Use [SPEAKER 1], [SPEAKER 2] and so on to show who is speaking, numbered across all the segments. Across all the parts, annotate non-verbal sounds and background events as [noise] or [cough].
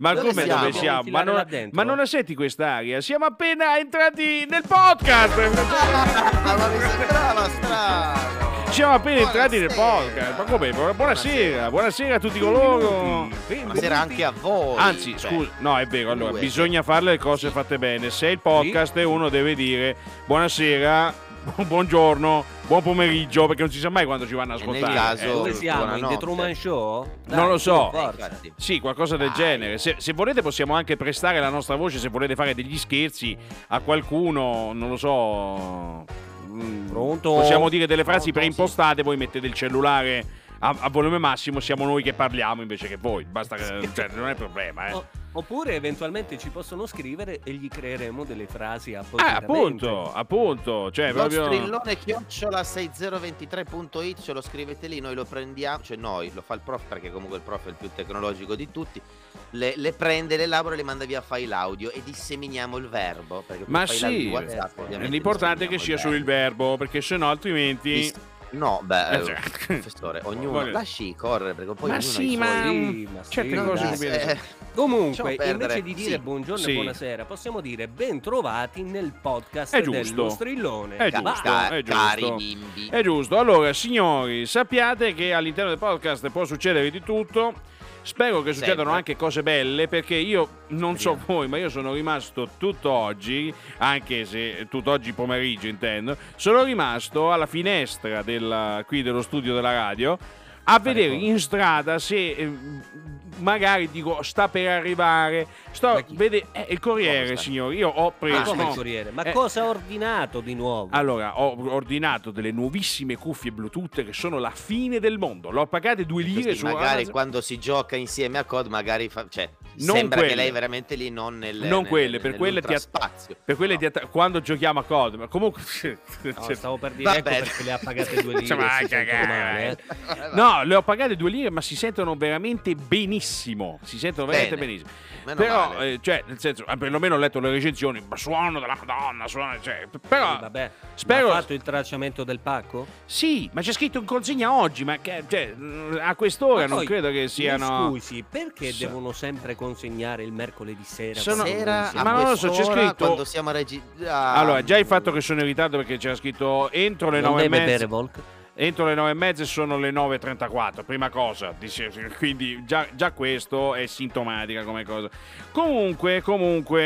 [SPEAKER 1] Ma
[SPEAKER 2] Dove
[SPEAKER 1] come
[SPEAKER 2] siamo?
[SPEAKER 1] dove siamo? Ma
[SPEAKER 3] Infilare là
[SPEAKER 1] non,
[SPEAKER 3] dentro?
[SPEAKER 1] ma non la senti quest'aria? Siamo appena entrati nel podcast!
[SPEAKER 2] Ah, ma mi sembrava strano.
[SPEAKER 1] Siamo appena entrati nel
[SPEAKER 2] Buonasera.
[SPEAKER 1] podcast. Ma come? Bu- Buonasera, buonasera a tutti coloro.
[SPEAKER 2] Buonasera anche a voi.
[SPEAKER 1] Anzi,
[SPEAKER 2] Beh,
[SPEAKER 1] scusa, no, è vero. Allora,
[SPEAKER 2] due.
[SPEAKER 1] bisogna fare le cose fatte bene. Se è il podcast, uno deve dire buonasera, [laughs] bu- buongiorno, buon pomeriggio, perché non si sa mai quando ci vanno a
[SPEAKER 2] E nel
[SPEAKER 1] ascoltare.
[SPEAKER 2] caso-
[SPEAKER 1] eh.
[SPEAKER 3] Dove siamo? In
[SPEAKER 2] Buonanotte.
[SPEAKER 3] The Truman Show?
[SPEAKER 1] Non lo so.
[SPEAKER 3] Forza.
[SPEAKER 1] Sì, qualcosa del
[SPEAKER 2] Dai.
[SPEAKER 1] genere. Se, se volete possiamo anche prestare la nostra voce, se volete fare degli scherzi a qualcuno, non lo so. mm,
[SPEAKER 3] Pronto?
[SPEAKER 1] Possiamo dire delle frasi
[SPEAKER 3] Pronto,
[SPEAKER 1] preimpostate, voi mettete il cellulare a, a volume massimo, siamo noi che parliamo invece che voi. Basta che- cioè, non è problema, eh.
[SPEAKER 2] Oh,
[SPEAKER 3] O- oppure eventualmente ci possono scrivere e gli creeremo delle frasi
[SPEAKER 1] Ah,
[SPEAKER 3] appositamente.
[SPEAKER 1] appunto, appunto, cioè
[SPEAKER 2] Lo
[SPEAKER 1] proprio
[SPEAKER 2] strillone chiocciola 6023.it ce lo scrivete lì, noi lo prendiamo, cioè noi, lo fa il prof perché comunque il prof è il più tecnologico di tutti, le, le prende, le elabora e le manda via a file audio e disseminiamo il verbo. perché
[SPEAKER 1] Ma
[SPEAKER 2] poi file
[SPEAKER 1] sì,
[SPEAKER 2] audio di WhatsApp, esatto, ovviamente
[SPEAKER 1] l'importante è che sia
[SPEAKER 2] disseminiamo
[SPEAKER 1] solo il verbo, perché sennò altrimenti
[SPEAKER 2] Dis- No, beh,
[SPEAKER 1] Eh, cioè. [laughs]
[SPEAKER 2] professore, ognuno
[SPEAKER 1] Voglio-
[SPEAKER 2] lasci correre perché poi
[SPEAKER 1] Ma
[SPEAKER 2] ognuno
[SPEAKER 1] sì,
[SPEAKER 2] ha i
[SPEAKER 1] ma- mm,
[SPEAKER 2] suoi-
[SPEAKER 3] Sì, ma sì,
[SPEAKER 1] certe
[SPEAKER 3] dai.
[SPEAKER 1] cose
[SPEAKER 2] Eh,
[SPEAKER 1] si vedono.
[SPEAKER 2] eh,
[SPEAKER 3] Comunque,
[SPEAKER 2] Lasciamo perdere.
[SPEAKER 3] invece di dire
[SPEAKER 2] Sì.
[SPEAKER 3] buongiorno
[SPEAKER 1] Sì.
[SPEAKER 3] e buonasera, possiamo dire bentrovati nel podcast
[SPEAKER 1] È giusto.
[SPEAKER 3] dello strillone.
[SPEAKER 1] È
[SPEAKER 2] ca-
[SPEAKER 1] giusto,
[SPEAKER 2] ca-
[SPEAKER 1] è giusto.
[SPEAKER 2] Cari bimbi.
[SPEAKER 1] È giusto, allora signori, sappiate che all'interno del podcast può succedere di tutto. Spero che succedano
[SPEAKER 2] Sempre.
[SPEAKER 1] anche cose belle perché io non so voi, ma io sono rimasto tutto oggi, anche se tutto oggi pomeriggio intendo, sono rimasto alla finestra del, qui dello studio della radio a vedere
[SPEAKER 3] cosa?
[SPEAKER 1] in strada se eh, magari dico sta per arrivare, sto
[SPEAKER 3] Ma chi?
[SPEAKER 1] vede- eh, il corriere
[SPEAKER 2] Come sta?
[SPEAKER 1] signori, io ho preso
[SPEAKER 3] Ma come
[SPEAKER 1] no.
[SPEAKER 3] il Corriere? Ma
[SPEAKER 1] Eh,
[SPEAKER 3] cosa ha ordinato di nuovo?
[SPEAKER 1] allora, ho ordinato delle nuovissime cuffie Bluetooth che sono la fine del mondo. L'ho pagate due lire
[SPEAKER 2] Così
[SPEAKER 1] su
[SPEAKER 2] magari
[SPEAKER 1] Amazon.
[SPEAKER 2] quando si gioca insieme a COD, magari fa- cioè,
[SPEAKER 1] Non
[SPEAKER 2] sembra
[SPEAKER 1] quelle.
[SPEAKER 2] che lei è veramente lì, non nel
[SPEAKER 1] Non quelle, per quelle ti att-
[SPEAKER 2] spazio.
[SPEAKER 1] Per quelle di att- quando giochiamo a COD, ma comunque [laughs]
[SPEAKER 3] No,
[SPEAKER 1] cioè, [laughs]
[SPEAKER 3] stavo per dire
[SPEAKER 2] Va
[SPEAKER 3] ecco
[SPEAKER 2] bene.
[SPEAKER 3] perché le ha pagate due lire.
[SPEAKER 1] Cioè, ma
[SPEAKER 3] si sente
[SPEAKER 1] cagare,
[SPEAKER 3] male, eh.
[SPEAKER 1] No, le ho pagate due lire, ma si sentono veramente benissimo. Si sentono veramente
[SPEAKER 2] Bene.
[SPEAKER 1] benissimo.
[SPEAKER 2] Meno
[SPEAKER 1] però,
[SPEAKER 2] male.
[SPEAKER 1] eh, cioè, nel senso, ah, perlomeno ho letto le recensioni, ma suono della Madonna, suono, cioè, p- però,
[SPEAKER 3] Sì, vabbè.
[SPEAKER 1] spero-
[SPEAKER 3] Ma Ha fatto il tracciamento del pacco?
[SPEAKER 1] sì, ma c'è scritto in consegna oggi, ma che- cioè, a quest'ora
[SPEAKER 3] Ma
[SPEAKER 1] non
[SPEAKER 3] poi,
[SPEAKER 1] credo che
[SPEAKER 3] mi
[SPEAKER 1] siano...
[SPEAKER 3] Scusi, perché
[SPEAKER 1] So-
[SPEAKER 3] devono sempre consegnare il mercoledì sera?
[SPEAKER 1] Sono-
[SPEAKER 3] quando
[SPEAKER 2] Sera
[SPEAKER 3] non
[SPEAKER 2] a
[SPEAKER 3] siamo-
[SPEAKER 1] Ma non lo so, c'è
[SPEAKER 2] quest'ora,
[SPEAKER 1] scritto-
[SPEAKER 2] Quando siamo a regi- ah. a-
[SPEAKER 1] Allora, già il fatto che sono in ritardo perché c'era scritto entro le
[SPEAKER 3] non
[SPEAKER 1] nove e
[SPEAKER 3] deve
[SPEAKER 1] mezza.
[SPEAKER 3] bere boh. Volk?
[SPEAKER 1] Entro le 9 e mezza sono le 9.34, prima cosa, dice- quindi già, già questo è sintomatica come cosa. Comunque, comunque,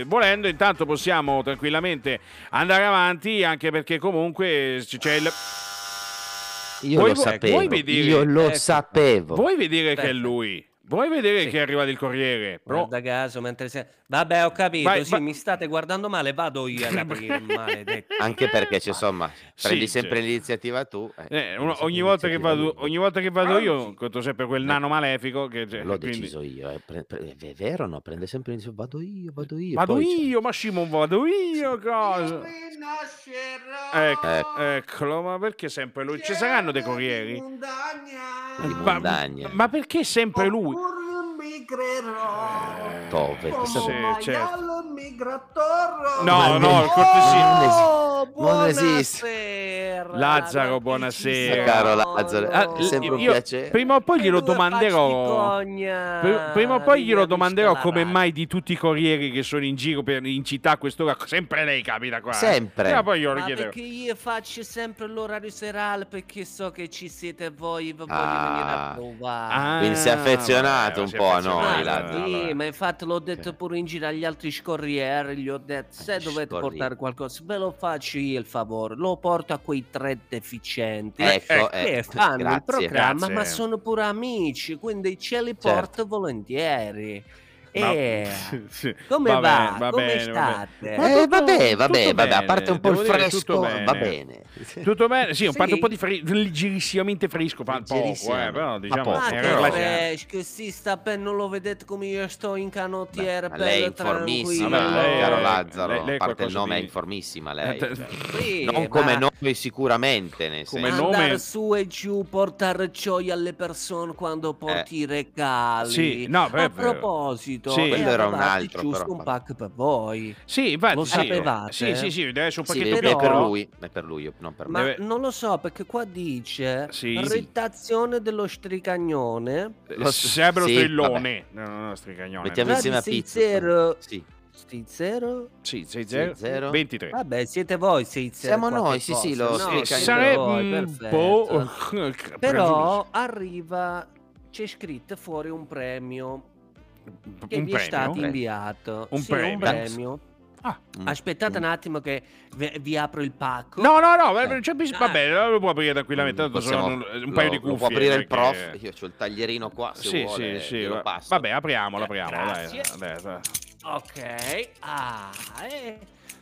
[SPEAKER 1] eh, volendo intanto possiamo tranquillamente andare avanti, anche perché comunque c- c'è il...
[SPEAKER 2] Io
[SPEAKER 1] Voi- ecco,
[SPEAKER 2] lo sapevo.
[SPEAKER 1] voi vedere- Eh,
[SPEAKER 2] Io lo
[SPEAKER 3] ecco.
[SPEAKER 2] sapevo.
[SPEAKER 1] Vuoi vedere
[SPEAKER 3] Aspetta.
[SPEAKER 1] che è lui? Vuoi vedere
[SPEAKER 3] Sì.
[SPEAKER 1] che è arrivato il Corriere? eh, Però-
[SPEAKER 3] Guarda caso, mentre sei... Vabbè, ho capito,
[SPEAKER 1] Vai,
[SPEAKER 3] sì,
[SPEAKER 1] vai.
[SPEAKER 3] mi state guardando male, vado io ad aprire,
[SPEAKER 1] [laughs]
[SPEAKER 3] maledetto.
[SPEAKER 2] Anche perché, cioè,
[SPEAKER 3] Ma-
[SPEAKER 2] insomma,
[SPEAKER 1] Sì,
[SPEAKER 2] prendi
[SPEAKER 1] cioè.
[SPEAKER 2] sempre l'iniziativa tu. eh,
[SPEAKER 1] Eh,
[SPEAKER 2] prendi
[SPEAKER 1] uno-
[SPEAKER 2] sempre
[SPEAKER 1] ogni, volta che
[SPEAKER 2] l'iniziativa
[SPEAKER 1] vado,
[SPEAKER 2] tu.
[SPEAKER 1] ogni volta che vado io
[SPEAKER 3] Anzi.
[SPEAKER 1] conto sempre quel
[SPEAKER 2] Ah, No.
[SPEAKER 1] nano malefico che... c'è,
[SPEAKER 2] L'ho
[SPEAKER 1] quindi-
[SPEAKER 2] deciso io. eh, pre- pre- è vero o no? Prende sempre l'iniziativa. Vado io, vado io.
[SPEAKER 1] Vado
[SPEAKER 2] poi c'è-
[SPEAKER 1] io, ma Simon, vado io, cosa? Ecco,
[SPEAKER 2] Ecco.
[SPEAKER 1] eccolo, ma perché sempre lui? Ci saranno dei corrieri?
[SPEAKER 2] Di
[SPEAKER 1] Ma,
[SPEAKER 2] montagna.
[SPEAKER 1] ma perché sempre lui? Eh,
[SPEAKER 2] Tove, chissà
[SPEAKER 1] sì,
[SPEAKER 2] come-
[SPEAKER 1] certo.
[SPEAKER 4] migratore.
[SPEAKER 1] No,
[SPEAKER 2] Ma non-
[SPEAKER 1] no, il cortesino.
[SPEAKER 2] Non
[SPEAKER 3] Oh,
[SPEAKER 2] Non esiste.
[SPEAKER 3] buonasera,
[SPEAKER 1] Lazzaro,
[SPEAKER 3] Don
[SPEAKER 1] buonasera.
[SPEAKER 2] Caro
[SPEAKER 3] Piccino.
[SPEAKER 2] Lazzaro,
[SPEAKER 1] Ah,
[SPEAKER 2] è sempre un
[SPEAKER 1] io-
[SPEAKER 2] piacere.
[SPEAKER 1] Prima o poi glielo
[SPEAKER 3] Due
[SPEAKER 1] domanderò.
[SPEAKER 3] passicogna.
[SPEAKER 1] Pr- Prima o poi
[SPEAKER 3] Devi
[SPEAKER 1] glielo
[SPEAKER 3] avvicinare
[SPEAKER 1] domanderò
[SPEAKER 3] la
[SPEAKER 1] come
[SPEAKER 3] radio.
[SPEAKER 1] mai di tutti i corrieri che sono in giro per- in città a quest'ora. Sempre lei capita qua. eh.
[SPEAKER 2] Sempre.
[SPEAKER 1] Prima o poi glielo
[SPEAKER 3] Ma
[SPEAKER 1] chiederò.
[SPEAKER 3] perché io faccio sempre l'orario serale perché so che ci siete voi, vi voglio
[SPEAKER 2] Ah.
[SPEAKER 3] venire a provare.
[SPEAKER 1] Ah,
[SPEAKER 2] Quindi si è affezionato
[SPEAKER 1] vabbè,
[SPEAKER 2] un po' a
[SPEAKER 1] si è
[SPEAKER 2] noi,
[SPEAKER 3] Ah,
[SPEAKER 2] no,
[SPEAKER 1] affezionato,
[SPEAKER 2] Lazzaro.
[SPEAKER 3] sì,
[SPEAKER 1] allora.
[SPEAKER 3] ma infatti l'ho detto pure in giro agli altri scorrieri, gli ho detto se
[SPEAKER 2] Agli
[SPEAKER 3] dovete
[SPEAKER 2] scorrieri.
[SPEAKER 3] portare qualcosa ve lo faccio io il favore, lo porto a quei tre deficienti
[SPEAKER 2] Ecco,
[SPEAKER 3] che
[SPEAKER 2] eh,
[SPEAKER 3] fanno il
[SPEAKER 2] grazie.
[SPEAKER 3] programma
[SPEAKER 1] Grazie.
[SPEAKER 3] ma sono pure amici, quindi ce li
[SPEAKER 2] Certo.
[SPEAKER 3] porto volentieri.
[SPEAKER 1] No.
[SPEAKER 3] E
[SPEAKER 1] [laughs]
[SPEAKER 2] [laughs]
[SPEAKER 1] Sì.
[SPEAKER 3] eh. come
[SPEAKER 1] Va
[SPEAKER 3] va?
[SPEAKER 1] bene, va
[SPEAKER 3] come
[SPEAKER 1] bene, va bene.
[SPEAKER 3] state?
[SPEAKER 1] Ma
[SPEAKER 2] Eh,
[SPEAKER 1] tutto- tutto
[SPEAKER 2] vabbè, vabbè, vabbè, a
[SPEAKER 1] bene,
[SPEAKER 2] parte un po' il
[SPEAKER 1] devo dire tutto
[SPEAKER 2] fresco, va
[SPEAKER 1] bene.
[SPEAKER 2] bene.
[SPEAKER 1] Tutto bene, sì, un
[SPEAKER 3] Sì.
[SPEAKER 1] parte un po' di fre- leggerissimamente fresco, fa poco, eh,
[SPEAKER 2] Leggerissimamente.
[SPEAKER 1] però
[SPEAKER 2] Fa
[SPEAKER 1] diciamo
[SPEAKER 2] poco,
[SPEAKER 1] in
[SPEAKER 3] Ma
[SPEAKER 2] però.
[SPEAKER 3] Eh, che
[SPEAKER 1] relazione-
[SPEAKER 3] fresco, si sta bene, non lo vedete come io sto in canottiera
[SPEAKER 2] Ma
[SPEAKER 3] bello
[SPEAKER 2] lei è
[SPEAKER 3] tranquillo.
[SPEAKER 2] informissima, eh,
[SPEAKER 1] Vabbè, lei-
[SPEAKER 2] caro
[SPEAKER 1] lei-
[SPEAKER 2] Lazzaro.
[SPEAKER 1] lei- lei
[SPEAKER 2] a parte il
[SPEAKER 1] qualcosa
[SPEAKER 2] nome,
[SPEAKER 1] di-
[SPEAKER 2] è informissima
[SPEAKER 1] Eh,
[SPEAKER 2] lei.
[SPEAKER 1] te-
[SPEAKER 2] cioè.
[SPEAKER 3] Sì,
[SPEAKER 2] non
[SPEAKER 3] ma-
[SPEAKER 2] come noi, sicuramente. Nel
[SPEAKER 1] Come
[SPEAKER 2] senso.
[SPEAKER 1] noi.
[SPEAKER 3] andare
[SPEAKER 1] nome-
[SPEAKER 3] su e giù,
[SPEAKER 2] Eh.
[SPEAKER 3] portare gioia alle persone quando porti i regali.
[SPEAKER 1] Sì, no, beh,
[SPEAKER 3] a
[SPEAKER 1] è vero.
[SPEAKER 3] subito.
[SPEAKER 1] Sì.
[SPEAKER 3] e
[SPEAKER 1] Quello
[SPEAKER 2] era un
[SPEAKER 3] avevate
[SPEAKER 2] altro,
[SPEAKER 3] giusto
[SPEAKER 2] però,
[SPEAKER 3] un
[SPEAKER 2] vabbè.
[SPEAKER 3] pack per voi.
[SPEAKER 1] Sì, infatti,
[SPEAKER 3] Lo
[SPEAKER 1] sì.
[SPEAKER 3] sapevate?
[SPEAKER 1] Sì, sì, sì, deve essere un
[SPEAKER 2] Sì,
[SPEAKER 1] pacchetto
[SPEAKER 2] è,
[SPEAKER 3] però-
[SPEAKER 2] è per
[SPEAKER 1] piccolo.
[SPEAKER 2] lui, è per lui, non per me.
[SPEAKER 3] Ma
[SPEAKER 1] Deve-
[SPEAKER 3] non lo so perché qua dice
[SPEAKER 1] Sì.
[SPEAKER 3] redazione dello stricagnone.
[SPEAKER 1] Eh,
[SPEAKER 2] Lo-
[SPEAKER 1] Sarebbe lo
[SPEAKER 2] sì,
[SPEAKER 1] strillone. No, no, no, stricagnone.
[SPEAKER 2] Mettiamo insieme a
[SPEAKER 3] Gradi
[SPEAKER 2] pizza.
[SPEAKER 3] Sizzero.
[SPEAKER 2] Sì,
[SPEAKER 3] Stizzero?
[SPEAKER 1] Sì, 6-0.
[SPEAKER 2] Sì, zero.
[SPEAKER 1] 23.
[SPEAKER 3] Vabbè, siete voi Sizzero.
[SPEAKER 2] Siamo
[SPEAKER 3] qualche
[SPEAKER 2] noi, sì, sì,
[SPEAKER 3] cosa.
[SPEAKER 2] lo
[SPEAKER 3] No,
[SPEAKER 1] Eh, Sì,
[SPEAKER 2] stricagnone.
[SPEAKER 3] siete
[SPEAKER 1] sarebbe
[SPEAKER 3] voi,
[SPEAKER 1] un
[SPEAKER 3] perfetto.
[SPEAKER 1] po'. oh, [laughs]
[SPEAKER 3] Però arriva c'è scritto fuori un premio che
[SPEAKER 1] un
[SPEAKER 3] vi è stato
[SPEAKER 1] premio. Eh.
[SPEAKER 2] Premio?
[SPEAKER 3] inviato.
[SPEAKER 1] Un
[SPEAKER 3] Sì,
[SPEAKER 1] premio.
[SPEAKER 3] un premio.
[SPEAKER 1] Ah.
[SPEAKER 2] Mm.
[SPEAKER 3] Aspettate un attimo che ve- vi, apro il pacco.
[SPEAKER 1] No, no, no,
[SPEAKER 2] Eh. Mm,
[SPEAKER 1] c'è bis- vabbè, lo può aprire tranquillamente, tanto
[SPEAKER 2] Possiamo-
[SPEAKER 1] sono un, un
[SPEAKER 2] lo-
[SPEAKER 1] paio di
[SPEAKER 2] lo
[SPEAKER 1] cuffie.
[SPEAKER 2] Può aprire il prof,
[SPEAKER 1] perché-
[SPEAKER 2] io ho il taglierino qua, se
[SPEAKER 1] Sì,
[SPEAKER 2] vuole,
[SPEAKER 1] sì, sì.
[SPEAKER 2] glielo
[SPEAKER 1] va-
[SPEAKER 2] passo.
[SPEAKER 1] Vabbè, apriamolo, apriamolo, dai.
[SPEAKER 3] Grazie.
[SPEAKER 1] dai, dai.
[SPEAKER 3] Ok. Ah, eh.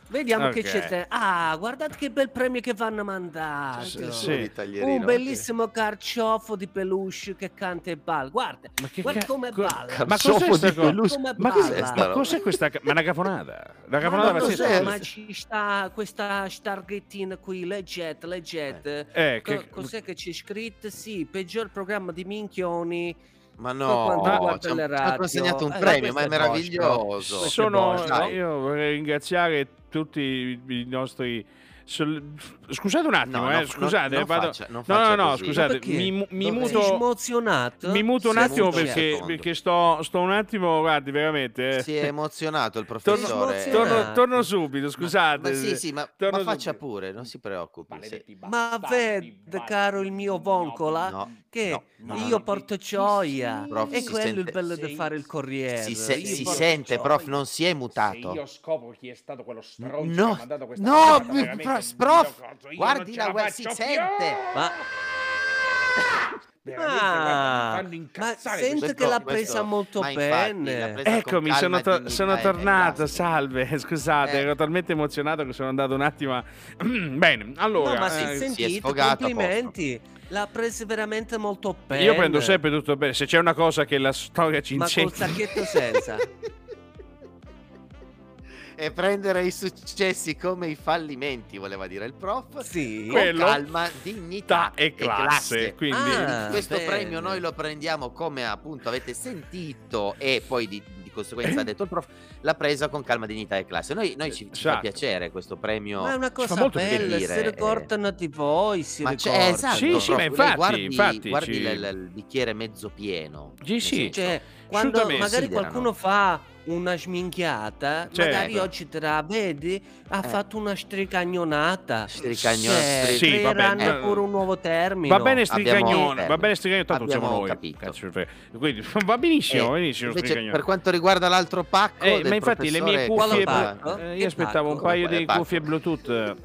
[SPEAKER 3] Vediamo
[SPEAKER 1] Ok.
[SPEAKER 3] che c'è. te- Ah, guardate che bel premio che vanno mandato.
[SPEAKER 1] Sì, sì.
[SPEAKER 2] Solo il taglierino,
[SPEAKER 3] Un
[SPEAKER 2] ok.
[SPEAKER 3] bellissimo carciofo di peluche che canta e balla. Guarda,
[SPEAKER 1] Ma che
[SPEAKER 3] guarda
[SPEAKER 1] ca-
[SPEAKER 3] come
[SPEAKER 1] co-
[SPEAKER 3] balla.
[SPEAKER 1] ma
[SPEAKER 2] Soffo
[SPEAKER 1] cos'è sta
[SPEAKER 2] di
[SPEAKER 1] cosa?
[SPEAKER 2] peluche.
[SPEAKER 3] Come
[SPEAKER 1] Ma
[SPEAKER 3] balla.
[SPEAKER 1] cos'è,
[SPEAKER 2] sta
[SPEAKER 1] ma
[SPEAKER 2] roba?
[SPEAKER 1] cos'è questa? ca- Ma è una cafonata? Una
[SPEAKER 3] Ma
[SPEAKER 1] cafonata
[SPEAKER 3] non lo
[SPEAKER 1] pazzesca.
[SPEAKER 3] so,
[SPEAKER 2] cos'è?
[SPEAKER 3] ma ci sta questa starghettina qui, leggete, leggete.
[SPEAKER 1] Eh,
[SPEAKER 3] Co-
[SPEAKER 1] che-
[SPEAKER 3] cos'è che c'è scritto? Sì, peggior programma di minchioni.
[SPEAKER 2] Ma
[SPEAKER 3] quando
[SPEAKER 2] no,
[SPEAKER 3] guarda
[SPEAKER 2] ci ha-
[SPEAKER 3] le
[SPEAKER 2] ci ha
[SPEAKER 3] radio.
[SPEAKER 2] consegnato un
[SPEAKER 3] Eh,
[SPEAKER 2] premio,
[SPEAKER 3] questo
[SPEAKER 2] ma è boh.
[SPEAKER 3] è Bosch, però.
[SPEAKER 2] meraviglioso. boh,
[SPEAKER 3] Questo
[SPEAKER 1] Sono,
[SPEAKER 3] Bosch, no?
[SPEAKER 1] io vorrei ringraziare tutti i i nostri. sol- Scusate un attimo,
[SPEAKER 2] No,
[SPEAKER 1] eh,
[SPEAKER 2] no,
[SPEAKER 1] scusate,
[SPEAKER 2] non
[SPEAKER 1] vado-
[SPEAKER 2] faccia- non
[SPEAKER 1] no, no,
[SPEAKER 2] faccia
[SPEAKER 1] no,
[SPEAKER 2] così.
[SPEAKER 1] scusate,
[SPEAKER 3] Ma perché?
[SPEAKER 1] mi, mu- mi
[SPEAKER 2] Dove-
[SPEAKER 3] Sei
[SPEAKER 1] muto,
[SPEAKER 3] smozionato?
[SPEAKER 1] mi muto un
[SPEAKER 2] Sei
[SPEAKER 1] attimo
[SPEAKER 2] muto un
[SPEAKER 1] perché,
[SPEAKER 2] secondo.
[SPEAKER 1] perché sto, sto un attimo, guardi, veramente. eh.
[SPEAKER 2] Si è emozionato il
[SPEAKER 1] Torno-
[SPEAKER 2] professore.
[SPEAKER 3] Sì,
[SPEAKER 1] [laughs] torno,
[SPEAKER 3] eh.
[SPEAKER 1] torno subito, scusate.
[SPEAKER 2] Ma sì, sì, ma,
[SPEAKER 1] torno
[SPEAKER 2] ma faccia
[SPEAKER 1] subito.
[SPEAKER 2] pure, non si preoccupi. se-
[SPEAKER 3] Ma vede, caro il mio voncola,
[SPEAKER 2] No,
[SPEAKER 3] che
[SPEAKER 2] no,
[SPEAKER 3] io
[SPEAKER 2] no.
[SPEAKER 3] porto gioia.
[SPEAKER 2] Prof,
[SPEAKER 3] e
[SPEAKER 2] si
[SPEAKER 3] quello
[SPEAKER 2] sente-
[SPEAKER 3] è il bello di fare il
[SPEAKER 1] Eh,
[SPEAKER 3] corriere.
[SPEAKER 2] Si, se-
[SPEAKER 3] Io
[SPEAKER 2] si
[SPEAKER 3] porto
[SPEAKER 2] sente,
[SPEAKER 3] gioia.
[SPEAKER 2] prof, non si è mutato.
[SPEAKER 1] scopro chi è stato quello
[SPEAKER 2] stronzo che No, ha mandato questa no, puntata, mi- veramente prof, un prof, videogioco. Io guardi non ce la la web, si faccio più. sente.
[SPEAKER 3] Ma... Ah, ma sento
[SPEAKER 2] questo-
[SPEAKER 3] che l'ha
[SPEAKER 2] questo-
[SPEAKER 3] presa molto
[SPEAKER 2] ma infatti, l'ha
[SPEAKER 3] bene.
[SPEAKER 2] presa-
[SPEAKER 1] Eccomi,
[SPEAKER 2] con calma
[SPEAKER 1] sono,
[SPEAKER 2] e
[SPEAKER 1] to-
[SPEAKER 2] dignità
[SPEAKER 1] sono
[SPEAKER 2] e- e
[SPEAKER 1] tornato,
[SPEAKER 2] basta.
[SPEAKER 1] salve, [laughs] scusate,
[SPEAKER 2] Eh.
[SPEAKER 1] ero talmente emozionato che sono andato un attimo... a- [clears throat] Bene, allora...
[SPEAKER 3] no, ma
[SPEAKER 2] Ah, si-
[SPEAKER 1] eh,
[SPEAKER 3] se
[SPEAKER 2] si è
[SPEAKER 3] sentite,
[SPEAKER 2] sfogata,
[SPEAKER 3] complimenti. L'ha presa veramente molto bene.
[SPEAKER 1] Io prendo sempre tutto bene, se c'è una cosa che la storia ci
[SPEAKER 3] Ma col
[SPEAKER 1] insegna... [laughs]
[SPEAKER 3] sacchetto senza.
[SPEAKER 2] [laughs] e prendere i successi come i fallimenti, voleva dire il prof.
[SPEAKER 3] Sì.
[SPEAKER 2] Con
[SPEAKER 1] Quello-
[SPEAKER 2] calma, dignità
[SPEAKER 1] Ta- e classe, quindi...
[SPEAKER 3] Ah.
[SPEAKER 2] Questo
[SPEAKER 3] bene.
[SPEAKER 2] premio noi lo prendiamo come appunto avete sentito e poi di, di conseguenza ha detto il prof, l'ha presa con calma, dignità e classe. Noi, noi ci, ci fa
[SPEAKER 1] Esatto.
[SPEAKER 2] piacere questo premio.
[SPEAKER 3] Ma è una cosa
[SPEAKER 1] molto
[SPEAKER 3] bella,
[SPEAKER 2] piacere,
[SPEAKER 3] si
[SPEAKER 2] eh.
[SPEAKER 3] ricordano di voi, si
[SPEAKER 2] Ma c'è-
[SPEAKER 3] ricordano.
[SPEAKER 2] esatto,
[SPEAKER 1] Sì, sì,
[SPEAKER 2] prof,
[SPEAKER 1] ma
[SPEAKER 2] lei
[SPEAKER 1] infatti,
[SPEAKER 2] guardi,
[SPEAKER 1] infatti
[SPEAKER 2] guardi
[SPEAKER 1] ci-
[SPEAKER 2] il, il bicchiere mezzo pieno.
[SPEAKER 1] Sì,
[SPEAKER 2] nel
[SPEAKER 1] sì.
[SPEAKER 2] senso.
[SPEAKER 3] Cioè, quando
[SPEAKER 1] Assolutamente.
[SPEAKER 3] magari
[SPEAKER 2] Considerano.
[SPEAKER 3] qualcuno fa una sminchiata,
[SPEAKER 1] Certo.
[SPEAKER 3] magari oggi te la vedi, ha
[SPEAKER 2] Eh.
[SPEAKER 3] fatto una stricagnonata.
[SPEAKER 2] Stricagno-
[SPEAKER 3] Cioè,
[SPEAKER 2] stri-
[SPEAKER 1] Sì, va bene.
[SPEAKER 3] creeranno
[SPEAKER 1] Eh.
[SPEAKER 3] pure un nuovo termine.
[SPEAKER 1] Va bene
[SPEAKER 2] Abbiamo- eh,
[SPEAKER 1] stricagnone, va bene stricagnone, tanto
[SPEAKER 2] Abbiamo
[SPEAKER 1] siamo noi.
[SPEAKER 2] capito.
[SPEAKER 1] Cazzo, mi frega. Quindi, [laughs] va benissimo,
[SPEAKER 2] Eh,
[SPEAKER 1] benissimo
[SPEAKER 2] Invece,
[SPEAKER 1] stricagnone.
[SPEAKER 2] per quanto riguarda l'altro pacco,
[SPEAKER 1] Eh,
[SPEAKER 2] del
[SPEAKER 1] ma infatti le mie
[SPEAKER 2] professore
[SPEAKER 1] cuffie,
[SPEAKER 2] cosa-
[SPEAKER 3] Pacco?
[SPEAKER 1] eh,
[SPEAKER 3] Che
[SPEAKER 1] io aspettavo un
[SPEAKER 3] pacco?
[SPEAKER 1] paio
[SPEAKER 2] Quale
[SPEAKER 1] di
[SPEAKER 2] pacco?
[SPEAKER 1] cuffie Bluetooth, eh,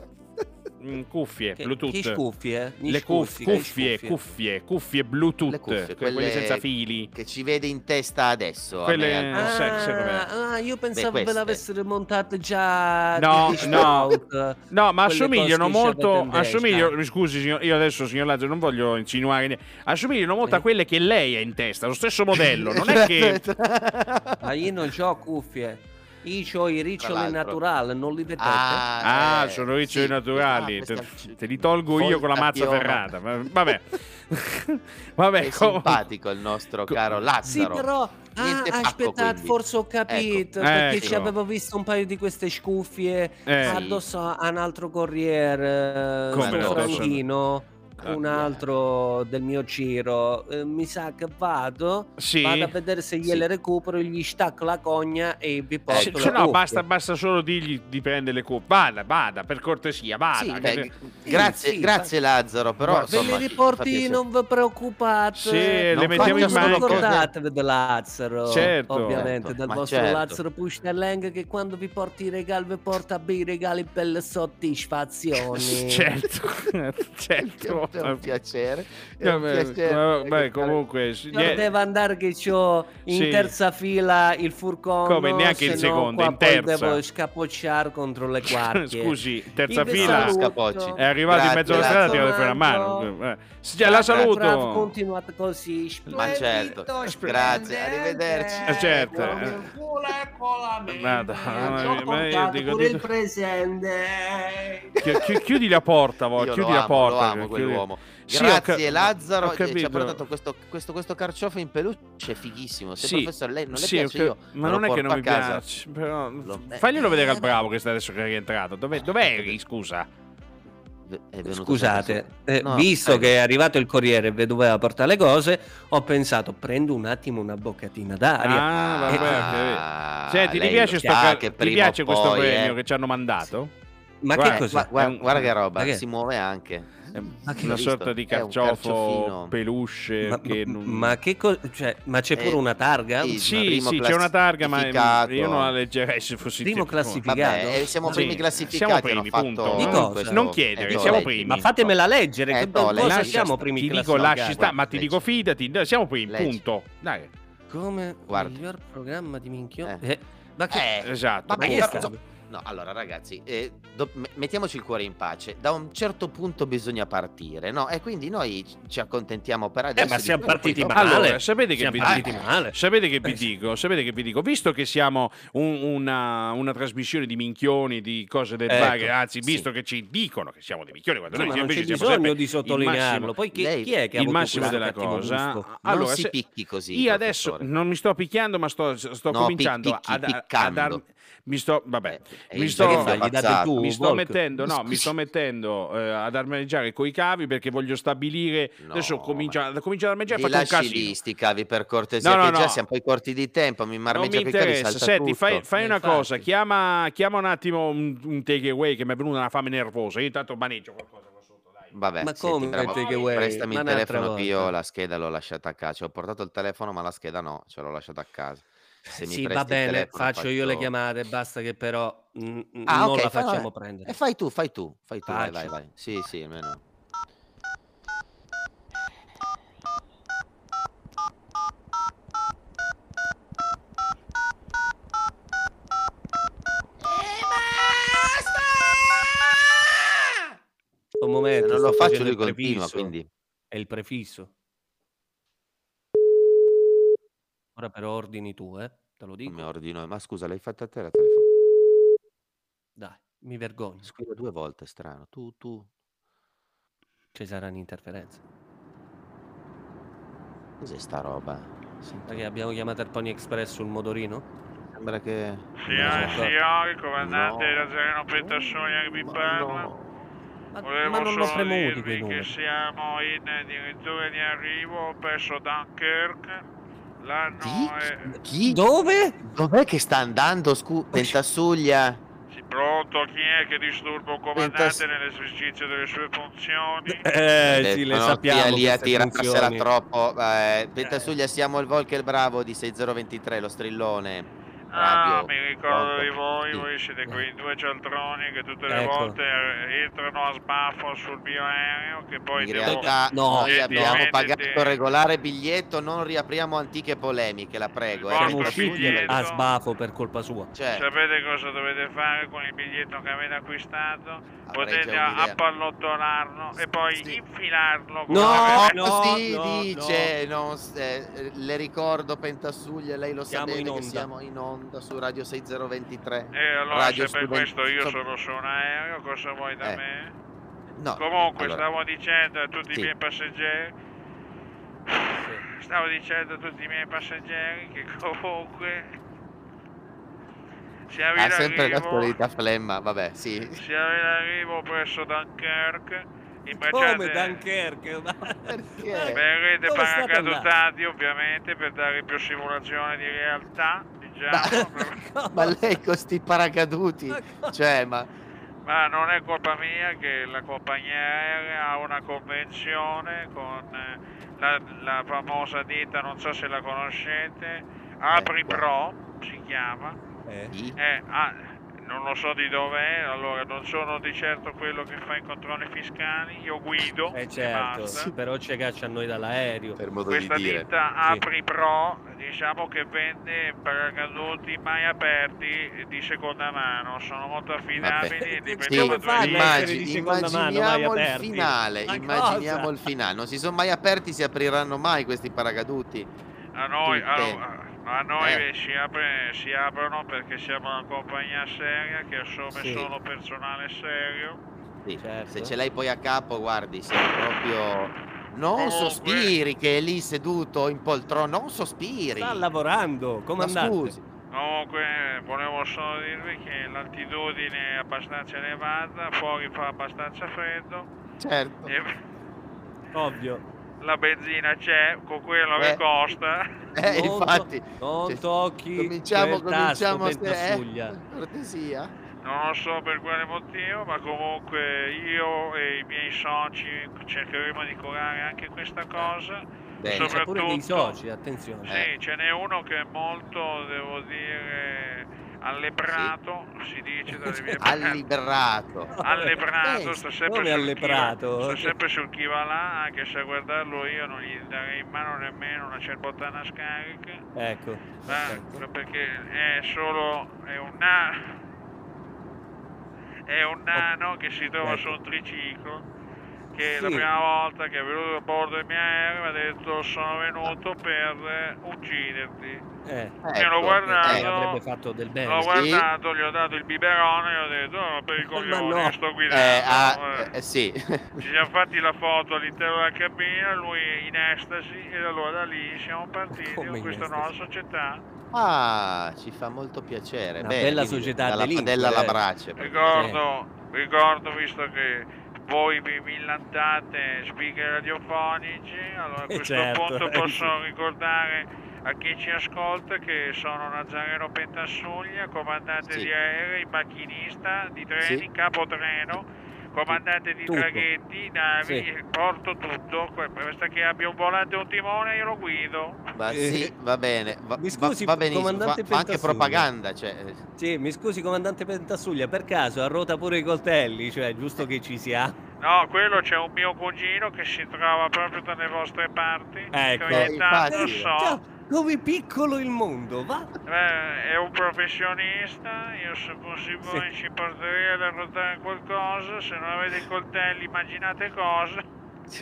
[SPEAKER 1] mm, cuffie
[SPEAKER 3] Che-
[SPEAKER 1] Bluetooth,
[SPEAKER 3] che scuffie? Gli
[SPEAKER 1] le cuffie,
[SPEAKER 3] scuffi, che
[SPEAKER 1] cuffie,
[SPEAKER 3] scuffie.
[SPEAKER 1] cuffie, cuffie Bluetooth,
[SPEAKER 2] Le cuffie,
[SPEAKER 1] que-
[SPEAKER 2] quelle-
[SPEAKER 1] quelle senza fili.
[SPEAKER 2] che ci vede in testa adesso. a
[SPEAKER 1] Quelle-
[SPEAKER 2] me, al prof.
[SPEAKER 1] Ah, sai- sai com'è?
[SPEAKER 3] ah, io pensavo
[SPEAKER 2] queste.
[SPEAKER 3] ve l'avessero montato già
[SPEAKER 1] No,
[SPEAKER 3] di
[SPEAKER 1] no.
[SPEAKER 3] Sprout.
[SPEAKER 1] No, ma
[SPEAKER 3] Quelle
[SPEAKER 1] assomigliano
[SPEAKER 3] cose che
[SPEAKER 1] molto.
[SPEAKER 3] avete in
[SPEAKER 1] Assomigliano,
[SPEAKER 3] testa.
[SPEAKER 1] mi scusi, signor- io adesso, signor Lazio, non voglio insinuare. niente. Assomigliano molto
[SPEAKER 3] Eh.
[SPEAKER 1] a quelle che lei ha in testa, lo stesso modello. Non
[SPEAKER 2] [laughs]
[SPEAKER 1] è che.
[SPEAKER 3] Ma Ah, io non ho cuffie. Io ho i riccioli
[SPEAKER 2] l'altro.
[SPEAKER 3] naturali, non li vedete?
[SPEAKER 1] Ah,
[SPEAKER 2] eh,
[SPEAKER 1] sono riccioli
[SPEAKER 2] sì.
[SPEAKER 1] naturali.
[SPEAKER 2] Ah,
[SPEAKER 1] te,
[SPEAKER 2] questa-
[SPEAKER 1] te li tolgo io con la mazza
[SPEAKER 2] Foltationa.
[SPEAKER 1] ferrata. Va-
[SPEAKER 2] [laughs]
[SPEAKER 1] Vabbè, vabbè,
[SPEAKER 2] È
[SPEAKER 1] com-
[SPEAKER 2] simpatico il nostro
[SPEAKER 1] co-
[SPEAKER 2] caro
[SPEAKER 3] Sì,
[SPEAKER 2] Lazzaro.
[SPEAKER 3] però ah,
[SPEAKER 2] Niente pacco,
[SPEAKER 3] aspettate,
[SPEAKER 2] quindi.
[SPEAKER 3] forse ho capito
[SPEAKER 1] Ecco.
[SPEAKER 3] perché
[SPEAKER 1] Ecco.
[SPEAKER 3] ci avevo visto un paio di queste scuffie
[SPEAKER 1] Eh.
[SPEAKER 3] addosso a un altro corriere,
[SPEAKER 1] Come
[SPEAKER 3] sto
[SPEAKER 1] no, addosso?
[SPEAKER 3] frangino,
[SPEAKER 1] Ah,
[SPEAKER 3] un
[SPEAKER 2] via.
[SPEAKER 3] altro del mio giro. Eh, mi sa che vado,
[SPEAKER 1] Sì.
[SPEAKER 3] vado a vedere se gliele recupero, gli stacco la cogna e vi porto.
[SPEAKER 1] Eh, Se,
[SPEAKER 2] Ecco,
[SPEAKER 1] se no,
[SPEAKER 3] la cuffia.
[SPEAKER 1] basta, basta solo dirgli di prendere le cuffie. Vada, vada, per cortesia, vada.
[SPEAKER 2] Ah, Sì,
[SPEAKER 1] che-
[SPEAKER 2] beh, grazie,
[SPEAKER 3] sì,
[SPEAKER 2] grazie Lazzaro, però
[SPEAKER 1] Guarda,
[SPEAKER 3] Ve
[SPEAKER 2] insomma,
[SPEAKER 3] li
[SPEAKER 2] ci fa
[SPEAKER 3] riporti,
[SPEAKER 2] piacere.
[SPEAKER 3] non vi preoccupate.
[SPEAKER 1] Sì, le
[SPEAKER 2] Non
[SPEAKER 1] mettiamo in
[SPEAKER 2] faccio solo
[SPEAKER 1] mano.
[SPEAKER 2] cose-
[SPEAKER 3] Ricordatevi del Lazzaro,
[SPEAKER 1] Certo.
[SPEAKER 3] ovviamente,
[SPEAKER 2] Certo,
[SPEAKER 3] del
[SPEAKER 2] ma
[SPEAKER 3] vostro
[SPEAKER 2] certo.
[SPEAKER 3] Lazzaro Pushteleng che quando vi porti i regali vi porta bei regali per
[SPEAKER 1] [laughs]
[SPEAKER 3] le soddisfazioni.
[SPEAKER 1] Certo, certo.
[SPEAKER 2] È un piacere. È un piacere.
[SPEAKER 1] Vabbè, Beh, comunque, sì,
[SPEAKER 3] Non devo andare che c'ho in
[SPEAKER 1] Sì.
[SPEAKER 3] terza fila il furcone.
[SPEAKER 1] Come, neanche in seconda, in terza.
[SPEAKER 3] devo scapocciare contro
[SPEAKER 1] [laughs]
[SPEAKER 3] le guardie.
[SPEAKER 1] scusi, terza
[SPEAKER 3] Vi
[SPEAKER 1] fila.
[SPEAKER 3] saluto.
[SPEAKER 2] Scapocci.
[SPEAKER 1] È arrivato in
[SPEAKER 2] Grazie,
[SPEAKER 1] mezzo alla strada,
[SPEAKER 2] Lazzaro.
[SPEAKER 1] tirato fuori la mano. Eh, sì, la
[SPEAKER 2] Grazie,
[SPEAKER 1] saluto.
[SPEAKER 3] Bravo, continuate così.
[SPEAKER 2] Ma certo.
[SPEAKER 4] Splendido,
[SPEAKER 2] Grazie,
[SPEAKER 4] splendente.
[SPEAKER 2] arrivederci.
[SPEAKER 1] Eh, certo.
[SPEAKER 4] Come un culo e solamente.
[SPEAKER 1] Ma dai,
[SPEAKER 4] Ci
[SPEAKER 1] ma
[SPEAKER 4] ho
[SPEAKER 1] io
[SPEAKER 4] portato
[SPEAKER 1] dico-
[SPEAKER 4] pure
[SPEAKER 1] dico-
[SPEAKER 4] il presente.
[SPEAKER 1] Chi- chi- chiudi la porta, vo,
[SPEAKER 2] Io
[SPEAKER 1] chiudi
[SPEAKER 2] lo
[SPEAKER 1] la
[SPEAKER 2] amo,
[SPEAKER 1] porta.
[SPEAKER 2] lo amo
[SPEAKER 1] chiudi-
[SPEAKER 2] quell'uomo.
[SPEAKER 1] Sì, ho cap-
[SPEAKER 2] Grazie Lazzaro,
[SPEAKER 1] ho
[SPEAKER 2] che ci
[SPEAKER 1] capito.
[SPEAKER 2] ha portato questo, questo, questo carciofo in peluche, fighissimo. Se
[SPEAKER 1] Sì,
[SPEAKER 2] professore lei non le
[SPEAKER 1] Sì,
[SPEAKER 2] piace,
[SPEAKER 1] ok,
[SPEAKER 2] io
[SPEAKER 1] ma
[SPEAKER 2] me
[SPEAKER 1] non
[SPEAKER 2] lo
[SPEAKER 1] è che
[SPEAKER 2] porto
[SPEAKER 1] non
[SPEAKER 2] a
[SPEAKER 1] mi
[SPEAKER 2] casa.
[SPEAKER 1] piace. Però...
[SPEAKER 2] Lo- Ah,
[SPEAKER 1] Faglielo
[SPEAKER 3] eh,
[SPEAKER 1] vedere al
[SPEAKER 3] eh,
[SPEAKER 1] bravo che sta adesso che è rientrato. Dov'è, dov'è eri, scusa?
[SPEAKER 2] È venuto
[SPEAKER 3] Scusate,
[SPEAKER 2] sempre su-
[SPEAKER 3] eh,
[SPEAKER 2] No,
[SPEAKER 3] visto
[SPEAKER 2] prego.
[SPEAKER 3] che è arrivato il corriere e vi doveva portare le cose, ho pensato prendo un attimo una boccatina d'aria.
[SPEAKER 1] Ah, vabbè. ok.
[SPEAKER 2] Ah,
[SPEAKER 1] Senti, Cioè, ti
[SPEAKER 2] lei
[SPEAKER 1] piace,
[SPEAKER 2] lo
[SPEAKER 1] sto
[SPEAKER 2] sa
[SPEAKER 1] ca-
[SPEAKER 2] che
[SPEAKER 1] ti
[SPEAKER 2] prima o
[SPEAKER 1] piace questo
[SPEAKER 2] poi,
[SPEAKER 1] premio
[SPEAKER 2] eh.
[SPEAKER 1] che ci hanno mandato?
[SPEAKER 3] Ma
[SPEAKER 1] guarda,
[SPEAKER 3] che cos'è?
[SPEAKER 2] Gua-
[SPEAKER 1] È
[SPEAKER 2] gua-
[SPEAKER 1] un-
[SPEAKER 2] Eh, Guarda che roba,
[SPEAKER 3] Ma che-
[SPEAKER 2] si muove anche.
[SPEAKER 3] Ma che-
[SPEAKER 1] Una
[SPEAKER 2] L'ho
[SPEAKER 1] sorta
[SPEAKER 2] visto,
[SPEAKER 1] di
[SPEAKER 2] è un
[SPEAKER 1] carciofo
[SPEAKER 2] carciofino.
[SPEAKER 1] peluche
[SPEAKER 3] Ma,
[SPEAKER 1] che non...
[SPEAKER 3] ma che co- cioè, ma c'è pure
[SPEAKER 2] Eh,
[SPEAKER 3] una targa?
[SPEAKER 2] sì, ma
[SPEAKER 1] Sì,
[SPEAKER 2] primo
[SPEAKER 1] sì, c'è una targa, ma
[SPEAKER 2] classificato.
[SPEAKER 1] io non la leggerei se fossi
[SPEAKER 3] Primo
[SPEAKER 1] te.
[SPEAKER 3] classificato.
[SPEAKER 2] Vabbè, eh, siamo
[SPEAKER 1] Sì,
[SPEAKER 2] primi
[SPEAKER 1] siamo
[SPEAKER 2] classificati.
[SPEAKER 1] primi,
[SPEAKER 2] hanno fatto
[SPEAKER 1] punto.
[SPEAKER 3] Di cosa?
[SPEAKER 2] questo-
[SPEAKER 1] Non chiedere,
[SPEAKER 2] Eh,
[SPEAKER 1] siamo
[SPEAKER 2] lei-
[SPEAKER 1] primi.
[SPEAKER 3] Ma fatemela leggere,
[SPEAKER 2] Eh,
[SPEAKER 3] che
[SPEAKER 2] no,
[SPEAKER 3] bel-
[SPEAKER 2] lei
[SPEAKER 3] cosa
[SPEAKER 2] lascia
[SPEAKER 3] siamo
[SPEAKER 2] stare.
[SPEAKER 3] primi
[SPEAKER 1] Ti dico,
[SPEAKER 3] classificati?
[SPEAKER 1] lasci sta, ma ti
[SPEAKER 2] Leggi.
[SPEAKER 1] dico fidati, no, siamo primi,
[SPEAKER 2] Leggi.
[SPEAKER 1] punto. Dai,
[SPEAKER 3] Come
[SPEAKER 2] Guarda.
[SPEAKER 3] miglior programma di minchio?
[SPEAKER 2] Eh.
[SPEAKER 3] Eh, ma che
[SPEAKER 2] Eh,
[SPEAKER 1] esatto.
[SPEAKER 2] ma
[SPEAKER 3] ma
[SPEAKER 1] punto.
[SPEAKER 3] che
[SPEAKER 2] io-
[SPEAKER 3] sta-
[SPEAKER 2] no, No, allora ragazzi, eh, do- me- mettiamoci il cuore in pace. Da un certo punto bisogna partire, no? E quindi noi ci- ci accontentiamo
[SPEAKER 1] Eh,
[SPEAKER 2] per adesso.
[SPEAKER 3] ma
[SPEAKER 2] di
[SPEAKER 3] siamo
[SPEAKER 2] quello
[SPEAKER 3] partiti
[SPEAKER 2] che-
[SPEAKER 3] male.
[SPEAKER 1] Allora, sapete che
[SPEAKER 3] siamo
[SPEAKER 1] vi
[SPEAKER 3] partiti
[SPEAKER 1] dico?
[SPEAKER 3] male.
[SPEAKER 1] Sapete che vi
[SPEAKER 3] Eh, sì.
[SPEAKER 1] dico? Sapete che vi dico? Visto che siamo un- una, una trasmissione di minchioni, di cose del
[SPEAKER 3] Ecco,
[SPEAKER 1] varie, anzi,
[SPEAKER 3] sì.
[SPEAKER 1] visto che ci dicono che siamo dei minchioni, quando
[SPEAKER 3] No,
[SPEAKER 1] noi
[SPEAKER 3] ma non
[SPEAKER 1] invece
[SPEAKER 3] c'è
[SPEAKER 1] siamo
[SPEAKER 3] bisogno
[SPEAKER 1] sempre
[SPEAKER 3] di sottolinearlo. Poi chi,
[SPEAKER 2] Lei-
[SPEAKER 3] chi è che ha
[SPEAKER 1] il
[SPEAKER 3] avuto
[SPEAKER 1] massimo
[SPEAKER 3] questo
[SPEAKER 1] della
[SPEAKER 3] cattivo
[SPEAKER 1] cosa.
[SPEAKER 3] gusto?
[SPEAKER 2] Non
[SPEAKER 1] Allora,
[SPEAKER 2] si
[SPEAKER 1] se-
[SPEAKER 2] picchi così.
[SPEAKER 1] Io adesso
[SPEAKER 2] professore.
[SPEAKER 1] non mi sto picchiando, ma sto, sto
[SPEAKER 2] No,
[SPEAKER 1] cominciando
[SPEAKER 2] pi- picchi,
[SPEAKER 1] a, dar- a
[SPEAKER 2] piccando.
[SPEAKER 1] darmi. Mi sto, vabbè,
[SPEAKER 2] Eh,
[SPEAKER 1] mi
[SPEAKER 2] eh,
[SPEAKER 1] sto-
[SPEAKER 2] perché
[SPEAKER 1] Che fai,
[SPEAKER 3] gli date
[SPEAKER 2] ammazzato?
[SPEAKER 3] tu?
[SPEAKER 1] mi sto
[SPEAKER 3] Volk.
[SPEAKER 1] mettendo, no, mi
[SPEAKER 3] Scusi.
[SPEAKER 1] sto mettendo eh, ad armeggiare coi cavi perché voglio stabilire.
[SPEAKER 2] No,
[SPEAKER 1] adesso comincio, a- comincio ad armeggiare
[SPEAKER 2] Vi
[SPEAKER 1] e faccio un
[SPEAKER 2] lasci
[SPEAKER 1] casino.
[SPEAKER 2] lì, sti cavi, per cortesia,
[SPEAKER 1] No, no,
[SPEAKER 2] che già
[SPEAKER 1] no.
[SPEAKER 2] siamo poi corti di tempo. Mi
[SPEAKER 1] Non mi
[SPEAKER 2] marmeggia coi cavi,
[SPEAKER 1] interessa.
[SPEAKER 2] salta
[SPEAKER 1] Senti,
[SPEAKER 2] tutto.
[SPEAKER 1] fai, fai una
[SPEAKER 3] Infatti.
[SPEAKER 1] cosa: chiama, chiama un attimo un, un takeaway che mi è venuta una fame nervosa. Io intanto maneggio qualcosa qua sotto, dai.
[SPEAKER 2] Vabbè,
[SPEAKER 3] Ma
[SPEAKER 2] senti,
[SPEAKER 3] come
[SPEAKER 2] bravo.
[SPEAKER 1] metti
[SPEAKER 3] take away?
[SPEAKER 2] Prestami
[SPEAKER 3] Ma
[SPEAKER 2] il
[SPEAKER 3] un'altra
[SPEAKER 2] telefono che io
[SPEAKER 3] volta.
[SPEAKER 2] la scheda l'ho lasciata a casa. Ci ho portato il telefono, ma la scheda no, ce l'ho lasciata a casa. Se mi
[SPEAKER 3] Sì,
[SPEAKER 2] presti
[SPEAKER 3] va
[SPEAKER 2] il
[SPEAKER 3] bene,
[SPEAKER 2] telefono,
[SPEAKER 3] faccio io le
[SPEAKER 2] faccio-
[SPEAKER 3] chiamate, basta che però mm, mm,
[SPEAKER 2] Ah,
[SPEAKER 3] non
[SPEAKER 2] ok,
[SPEAKER 3] la
[SPEAKER 2] fa-
[SPEAKER 3] facciamo
[SPEAKER 2] vabbè.
[SPEAKER 3] prendere.
[SPEAKER 2] E fai tu, fai tu, fai tu, vai, vai,
[SPEAKER 3] Faccio.
[SPEAKER 2] vai. Sì, sì, almeno.
[SPEAKER 3] Un
[SPEAKER 2] Se
[SPEAKER 3] momento,
[SPEAKER 2] non
[SPEAKER 3] Eh, sto
[SPEAKER 2] lo faccio
[SPEAKER 3] facendo
[SPEAKER 2] lui
[SPEAKER 3] il
[SPEAKER 2] continua,
[SPEAKER 3] prefisso.
[SPEAKER 2] quindi.
[SPEAKER 3] È il prefisso. Ora per ordini tu, eh, te lo dico.
[SPEAKER 2] Come ordino, ma scusa, l'hai fatta a te la telefono?
[SPEAKER 3] Dai, mi vergogno,
[SPEAKER 2] Scrivo due volte, strano. Tu, tu.
[SPEAKER 3] ci saranno interferenze.
[SPEAKER 2] Cos'è sta roba? Sento-
[SPEAKER 3] Perché abbiamo chiamato al Pony Express sul motorino?
[SPEAKER 2] Sembra che...
[SPEAKER 1] Signore e
[SPEAKER 3] Esatto.
[SPEAKER 1] signori, oh, comandante
[SPEAKER 2] No.
[SPEAKER 1] Nazareno Petassoni eh, che vi
[SPEAKER 2] Ma
[SPEAKER 1] parla.
[SPEAKER 2] no.
[SPEAKER 3] Ma,
[SPEAKER 1] Volevo
[SPEAKER 3] ma non lo
[SPEAKER 1] solo
[SPEAKER 3] premuti
[SPEAKER 1] dirvi
[SPEAKER 3] quei
[SPEAKER 1] che
[SPEAKER 3] numeri.
[SPEAKER 1] siamo in dirittura di arrivo verso Dunkirk.
[SPEAKER 2] Di?
[SPEAKER 1] L'anno è...
[SPEAKER 2] Chi?
[SPEAKER 3] Dove?
[SPEAKER 2] Dov'è che sta andando? Scusa, Pentasuglia.
[SPEAKER 1] Sì, pronto, chi è che disturba un comandante
[SPEAKER 2] Pentass-
[SPEAKER 1] nell'esercizio delle sue funzioni?
[SPEAKER 3] Eh,
[SPEAKER 2] Eh,
[SPEAKER 3] sì, le
[SPEAKER 2] sono
[SPEAKER 3] sappiamo.
[SPEAKER 2] Lì a
[SPEAKER 3] queste
[SPEAKER 2] tirarsela
[SPEAKER 3] funzioni.
[SPEAKER 2] troppo. Eh, Pentasuglia, siamo il Volker Bravo di 6023, lo strillone.
[SPEAKER 1] Ah,
[SPEAKER 2] Radio,
[SPEAKER 1] mi ricordo
[SPEAKER 2] pronto.
[SPEAKER 1] di voi,
[SPEAKER 2] Sì.
[SPEAKER 1] voi siete quei due cialtroni che tutte le
[SPEAKER 3] Ecco.
[SPEAKER 1] volte eh, entrano a sbaffo sul mio aereo che poi
[SPEAKER 2] In
[SPEAKER 1] devo...
[SPEAKER 2] realtà
[SPEAKER 3] Eh, No,
[SPEAKER 2] noi
[SPEAKER 1] no.
[SPEAKER 2] abbiamo
[SPEAKER 1] Sì,
[SPEAKER 2] pagato
[SPEAKER 1] sì.
[SPEAKER 2] il regolare biglietto, non riapriamo antiche polemiche, la prego. eh,
[SPEAKER 3] Siamo
[SPEAKER 1] Porco
[SPEAKER 3] usciti
[SPEAKER 2] Pentasuglia.
[SPEAKER 1] biglietto.
[SPEAKER 3] a sbafo per colpa sua.
[SPEAKER 2] Cioè,
[SPEAKER 1] Sapete cosa dovete fare con il biglietto che avete acquistato?
[SPEAKER 2] avrei
[SPEAKER 1] Potete
[SPEAKER 2] già un'idea.
[SPEAKER 1] appallottolarlo e poi
[SPEAKER 2] Sì.
[SPEAKER 1] infilarlo con
[SPEAKER 3] No,
[SPEAKER 1] la-
[SPEAKER 2] No, si
[SPEAKER 3] no,
[SPEAKER 2] dice, non s- eh, le ricordo Pentasuglia, lei lo
[SPEAKER 3] Siamo
[SPEAKER 2] sapete
[SPEAKER 3] in
[SPEAKER 2] che
[SPEAKER 3] onda.
[SPEAKER 2] siamo in onda su Radio 6023.
[SPEAKER 1] E allora
[SPEAKER 2] Radio
[SPEAKER 1] se per
[SPEAKER 2] student-
[SPEAKER 1] questo io
[SPEAKER 2] so-
[SPEAKER 1] sono su un aereo, cosa vuoi da
[SPEAKER 2] Eh.
[SPEAKER 1] me?
[SPEAKER 2] No,
[SPEAKER 1] Comunque
[SPEAKER 2] allora,
[SPEAKER 1] stavo dicendo a tutti
[SPEAKER 2] Sì.
[SPEAKER 1] i miei passeggeri
[SPEAKER 3] Sì.
[SPEAKER 1] Stavo dicendo a tutti i miei passeggeri che comunque siamo
[SPEAKER 2] ha
[SPEAKER 1] in
[SPEAKER 2] sempre la
[SPEAKER 1] arrivo,
[SPEAKER 2] solita flemma, vabbè, sì.
[SPEAKER 1] [laughs] siamo in arrivo presso Dunkirk,
[SPEAKER 3] Come
[SPEAKER 1] imbracciate,
[SPEAKER 3] Dunkerque? Ma-
[SPEAKER 2] Perché?
[SPEAKER 1] verrete
[SPEAKER 3] Dove state
[SPEAKER 1] paracadutati ovviamente per dare più simulazione di realtà, diciamo,
[SPEAKER 2] [laughs] Ma lei con sti paracaduti,
[SPEAKER 3] Eh,
[SPEAKER 2] cioè, ma
[SPEAKER 1] [laughs] ma non è colpa mia che la compagnia aerea ha una convenzione con eh, la, la famosa ditta, non so se la conoscete,
[SPEAKER 2] Ecco.
[SPEAKER 1] ApriPro si chiama.
[SPEAKER 3] Eh,
[SPEAKER 2] chi?
[SPEAKER 1] Eh, ah, non lo so di dov'è, allora non sono di certo quello che fa i controlli fiscali, io guido
[SPEAKER 3] eh,
[SPEAKER 1] e
[SPEAKER 3] certo,
[SPEAKER 1] basta.
[SPEAKER 3] sì, però ci caccia a noi dall'aereo.
[SPEAKER 2] per modo di
[SPEAKER 1] Questa
[SPEAKER 2] dire.
[SPEAKER 1] ditta Apri Pro diciamo che vende paracaduti mai aperti di seconda mano, sono molto affidabili e
[SPEAKER 2] Sì,
[SPEAKER 3] Sì,
[SPEAKER 1] dipendono
[SPEAKER 3] Come
[SPEAKER 1] da
[SPEAKER 3] fanno a
[SPEAKER 1] lì.
[SPEAKER 3] essere
[SPEAKER 2] immagini-
[SPEAKER 3] di seconda mano mai
[SPEAKER 2] immaginiamo il
[SPEAKER 3] aperti?
[SPEAKER 2] finale,
[SPEAKER 3] Ma
[SPEAKER 2] immaginiamo
[SPEAKER 3] cosa?
[SPEAKER 2] il finale. Non si sono mai aperti, si apriranno mai questi paracaduti.
[SPEAKER 1] a noi
[SPEAKER 2] tutte.
[SPEAKER 1] a- a- A noi
[SPEAKER 2] Eh.
[SPEAKER 1] eh, si, apre- si aprono perché siamo una compagnia seria che assume
[SPEAKER 2] Sì.
[SPEAKER 1] solo personale serio.
[SPEAKER 2] Sì,
[SPEAKER 3] Certo.
[SPEAKER 2] Se ce l'hai poi a capo, guardi, sei proprio. Non
[SPEAKER 1] Comunque.
[SPEAKER 2] sospiri che è lì seduto in poltrona, non sospiri.
[SPEAKER 3] Sta lavorando,
[SPEAKER 2] Ma
[SPEAKER 3] comandante.
[SPEAKER 2] scusi.
[SPEAKER 1] Comunque volevo solo dirvi che l'altitudine è abbastanza elevata, fuori fa abbastanza freddo
[SPEAKER 2] Certo.
[SPEAKER 1] e [laughs]
[SPEAKER 3] Ovvio.
[SPEAKER 1] la benzina c'è con quello
[SPEAKER 2] Eh.
[SPEAKER 1] che costa.
[SPEAKER 2] Eh,
[SPEAKER 3] Non to-
[SPEAKER 2] infatti.
[SPEAKER 3] Non
[SPEAKER 2] cioè,
[SPEAKER 3] tocchi
[SPEAKER 2] Cominciamo,
[SPEAKER 3] quel tasto,
[SPEAKER 2] cominciamo a se-
[SPEAKER 3] Ventasuglia.
[SPEAKER 2] eh, [laughs] cortesia.
[SPEAKER 1] Non lo so per quale motivo, ma comunque io e i miei soci cercheremo di curare anche questa cosa.
[SPEAKER 2] Bene.
[SPEAKER 1] Sopra-
[SPEAKER 3] C'è pure dei
[SPEAKER 1] soprattutto-
[SPEAKER 3] soci, attenzione.
[SPEAKER 1] Sì, ce n'è uno che è molto, devo dire, alleprato, si dice dalle mie parti.
[SPEAKER 2] Alliberato.
[SPEAKER 1] Alleprato,
[SPEAKER 2] Eh,
[SPEAKER 1] sto
[SPEAKER 3] come
[SPEAKER 1] sempre, sul
[SPEAKER 3] alleprato?
[SPEAKER 1] Chi va, sto sempre sul chi va là, anche se a guardarlo io non gli darei in mano nemmeno una cerbottana scarica,
[SPEAKER 3] Ecco.
[SPEAKER 1] ma-
[SPEAKER 3] perfetto.
[SPEAKER 1] perché è solo, è un nano, è un nano che si trova
[SPEAKER 3] ecco.
[SPEAKER 1] su un triciclo, che la
[SPEAKER 3] Sì.
[SPEAKER 1] prima volta che è venuto a bordo del mio aereo mi ha detto sono venuto per eh, ucciderti.
[SPEAKER 3] Eh,
[SPEAKER 1] Io l'ho
[SPEAKER 2] Ecco,
[SPEAKER 1] guardato,
[SPEAKER 3] eh, avrebbe fatto del bene.
[SPEAKER 1] L'ho
[SPEAKER 2] Sì.
[SPEAKER 1] guardato, gli ho dato il biberone e ho detto no, per i coglioni,
[SPEAKER 3] no.
[SPEAKER 1] sto
[SPEAKER 2] Eh,
[SPEAKER 1] guidando.
[SPEAKER 2] eh, ah,
[SPEAKER 1] eh.
[SPEAKER 2] eh, sì. [laughs]
[SPEAKER 1] Ci siamo fatti la foto all'interno della cabina, lui in estasi e allora da lì siamo partiti
[SPEAKER 3] Come
[SPEAKER 1] con
[SPEAKER 3] in
[SPEAKER 1] questa
[SPEAKER 3] estasi?
[SPEAKER 1] nuova società.
[SPEAKER 2] Ah, ci fa molto piacere.
[SPEAKER 3] Una
[SPEAKER 2] Bene,
[SPEAKER 3] bella
[SPEAKER 2] quindi,
[SPEAKER 3] società
[SPEAKER 2] Dalla
[SPEAKER 3] delinquere,
[SPEAKER 2] padella alla
[SPEAKER 3] eh.
[SPEAKER 2] brace.
[SPEAKER 1] Ricordo, ricordo visto che voi vi millantate speaker radiofonici, allora a
[SPEAKER 3] Eh,
[SPEAKER 1] questo
[SPEAKER 3] certo,
[SPEAKER 1] punto
[SPEAKER 3] [laughs] eh,
[SPEAKER 1] posso
[SPEAKER 3] sì.
[SPEAKER 1] ricordare a chi ci ascolta che sono Nazareno Pentassuglia, comandante
[SPEAKER 2] Sì.
[SPEAKER 1] di aerei, macchinista di treni,
[SPEAKER 2] Sì.
[SPEAKER 1] capotreno, comandante di
[SPEAKER 3] Tutto.
[SPEAKER 1] traghetti, navi,
[SPEAKER 3] Sì.
[SPEAKER 1] porto tutto, que- basta che abbia un volante e un timone io lo guido.
[SPEAKER 2] Ma
[SPEAKER 3] Eh,
[SPEAKER 2] sì, va bene. Va,
[SPEAKER 3] mi
[SPEAKER 2] va-
[SPEAKER 3] scusi,
[SPEAKER 2] va benissimo.
[SPEAKER 3] comandante
[SPEAKER 2] fa- fa anche
[SPEAKER 3] Pentassuglia.
[SPEAKER 2] propaganda. Cioè, eh,
[SPEAKER 3] Sì, mi scusi comandante Pentasuglia, per caso arrota pure i coltelli, cioè giusto che ci sia.
[SPEAKER 1] No, quello c'è un mio cugino che si trova proprio dalle vostre parti.
[SPEAKER 3] Ecco.
[SPEAKER 1] che ogni tanto
[SPEAKER 2] Eh, infatti.
[SPEAKER 1] so.
[SPEAKER 3] Già, come piccolo il mondo, va?
[SPEAKER 1] Beh, è un professionista, io se fossi voi ci porterei ad arrotare qualcosa, se non avete i coltelli immaginate cosa.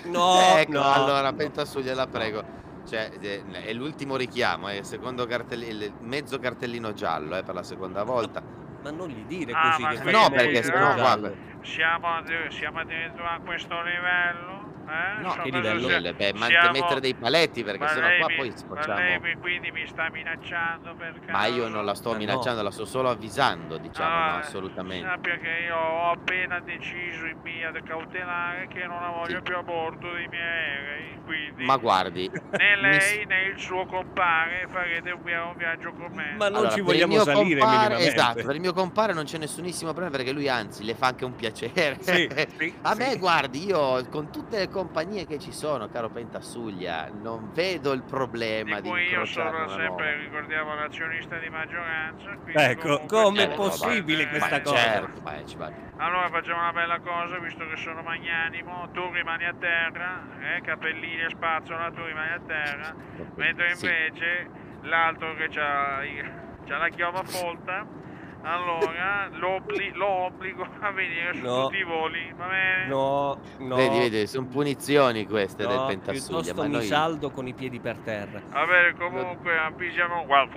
[SPEAKER 3] No,
[SPEAKER 2] ecco,
[SPEAKER 3] Oh, no,
[SPEAKER 2] allora
[SPEAKER 3] no.
[SPEAKER 2] Pentasuglia la prego. Cioè, eh, è l'ultimo richiamo, è il secondo cartell- il mezzo cartellino giallo eh, per la seconda volta.
[SPEAKER 3] Ma non gli dire
[SPEAKER 1] Ah,
[SPEAKER 3] così
[SPEAKER 1] ma
[SPEAKER 3] che
[SPEAKER 1] no,
[SPEAKER 3] facciamo
[SPEAKER 1] perché
[SPEAKER 3] il cioè.
[SPEAKER 1] sennò,
[SPEAKER 3] controllo.
[SPEAKER 1] Siamo, addi- siamo addirittura a questo livello? Eh?
[SPEAKER 2] No,
[SPEAKER 1] So
[SPEAKER 2] che
[SPEAKER 1] cosa
[SPEAKER 2] livello
[SPEAKER 1] sia-
[SPEAKER 2] è? Beh, ma
[SPEAKER 1] siamo-
[SPEAKER 2] mettere dei paletti perché
[SPEAKER 1] ma
[SPEAKER 2] sennò
[SPEAKER 1] lei
[SPEAKER 2] qua
[SPEAKER 1] mi-
[SPEAKER 2] poi
[SPEAKER 1] Ma lei
[SPEAKER 2] sfociamo.
[SPEAKER 1] mi- quindi mi sta minacciando per caso?
[SPEAKER 2] Ma io non la sto
[SPEAKER 3] Ma no.
[SPEAKER 2] minacciando, la sto solo avvisando, diciamo,
[SPEAKER 1] Ah,
[SPEAKER 2] no, assolutamente.
[SPEAKER 1] Sappia che io ho appena deciso in via cautelare che non la voglio
[SPEAKER 2] Sì.
[SPEAKER 1] più a bordo dei miei aerei, quindi...
[SPEAKER 2] Ma guardi,
[SPEAKER 1] né
[SPEAKER 2] mi s-
[SPEAKER 1] lei né il suo compare farete un via- un viaggio con me.
[SPEAKER 3] Ma non
[SPEAKER 2] allora,
[SPEAKER 3] ci
[SPEAKER 2] per il
[SPEAKER 3] vogliamo
[SPEAKER 2] mio
[SPEAKER 3] salire
[SPEAKER 2] compare,
[SPEAKER 3] minimamente.
[SPEAKER 2] esatto, per il mio compare non c'è nessunissimo problema perché lui anzi le fa anche un piacere.
[SPEAKER 3] Sì,
[SPEAKER 2] [laughs]
[SPEAKER 3] sì,
[SPEAKER 2] A
[SPEAKER 3] sì.
[SPEAKER 2] me, guardi, io con tutte le compagnie che ci sono, caro Pentasuglia, non vedo il
[SPEAKER 1] Di
[SPEAKER 2] problema di,
[SPEAKER 1] cui io
[SPEAKER 2] incrociare
[SPEAKER 1] sono
[SPEAKER 2] una
[SPEAKER 1] sempre,
[SPEAKER 2] nuova.
[SPEAKER 1] ricordiamo, l'azionista di maggioranza. quindi
[SPEAKER 3] Ecco,
[SPEAKER 1] comunque
[SPEAKER 3] com'è
[SPEAKER 1] sono-
[SPEAKER 3] possibile
[SPEAKER 1] eh,
[SPEAKER 3] questa
[SPEAKER 2] ma
[SPEAKER 3] cosa? Eh,
[SPEAKER 2] Certo, ma ci va.
[SPEAKER 1] Allora facciamo una bella cosa, visto che sono magnanimo, tu rimani a terra, eh, cappellini e spazzola, tu rimani a terra, mentre
[SPEAKER 2] Sì.
[SPEAKER 1] invece l'altro che c'ha, i- c'ha la chioma folta,
[SPEAKER 2] [laughs]
[SPEAKER 1] allora lo, obbli- lo obbligo a venire su
[SPEAKER 3] No.
[SPEAKER 1] tutti i voli, va bene?
[SPEAKER 3] No, no.
[SPEAKER 2] Vedi, vedi, sono punizioni queste del
[SPEAKER 3] no,
[SPEAKER 2] Pentasuglia,
[SPEAKER 3] piuttosto
[SPEAKER 2] ma
[SPEAKER 3] mi
[SPEAKER 2] noi [laughs]
[SPEAKER 3] saldo con i piedi per terra.
[SPEAKER 1] Vabbè, comunque avvisiamo quel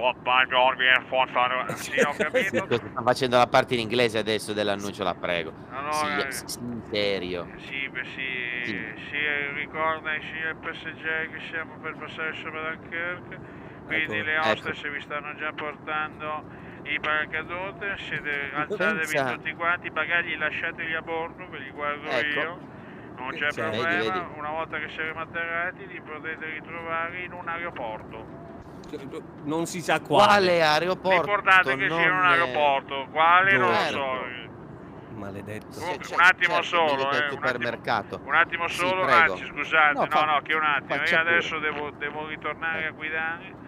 [SPEAKER 2] [laughs]
[SPEAKER 1] Sì, ho
[SPEAKER 2] Sì,
[SPEAKER 1] capito.
[SPEAKER 2] sta facendo la parte in inglese adesso dell'annuncio, la prego.
[SPEAKER 5] eh.
[SPEAKER 1] Allora,
[SPEAKER 2] Sì, sì, serio.
[SPEAKER 1] eh, sì, beh,
[SPEAKER 2] Sì.
[SPEAKER 1] sì, si ricorda ai signori passeggeri che siamo per passare sopra Dunkirk, quindi
[SPEAKER 3] Ecco,
[SPEAKER 1] le
[SPEAKER 2] ecco.
[SPEAKER 1] oste se vi stanno già portando i paracadute, siete, alzatevi
[SPEAKER 2] Pensa-
[SPEAKER 1] tutti quanti, i bagagli lasciateli a bordo, ve li guardo
[SPEAKER 2] Ecco.
[SPEAKER 1] io. Non c'è
[SPEAKER 3] Cioè,
[SPEAKER 2] vedi,
[SPEAKER 1] problema,
[SPEAKER 2] vedi.
[SPEAKER 1] una volta che saremo atterrati li potete ritrovare in un aeroporto.
[SPEAKER 3] Cioè, Non si sa quale.
[SPEAKER 2] Quale aeroporto?
[SPEAKER 1] Ricordate che
[SPEAKER 2] non
[SPEAKER 1] c'era un
[SPEAKER 2] è-
[SPEAKER 1] aeroporto, quale non lo so.
[SPEAKER 2] Certo.
[SPEAKER 3] Maledetto.
[SPEAKER 1] Comunque,
[SPEAKER 2] Sì,
[SPEAKER 1] un attimo solo,
[SPEAKER 2] meglio del
[SPEAKER 1] eh, un attimo.
[SPEAKER 2] supermercato.
[SPEAKER 1] Un attimo
[SPEAKER 2] Sì,
[SPEAKER 1] solo,
[SPEAKER 2] prego.
[SPEAKER 1] anzi scusate,
[SPEAKER 2] No,
[SPEAKER 1] no,
[SPEAKER 2] fa-
[SPEAKER 1] no, che un attimo,
[SPEAKER 2] faccia
[SPEAKER 1] io adesso devo, devo ritornare a guidare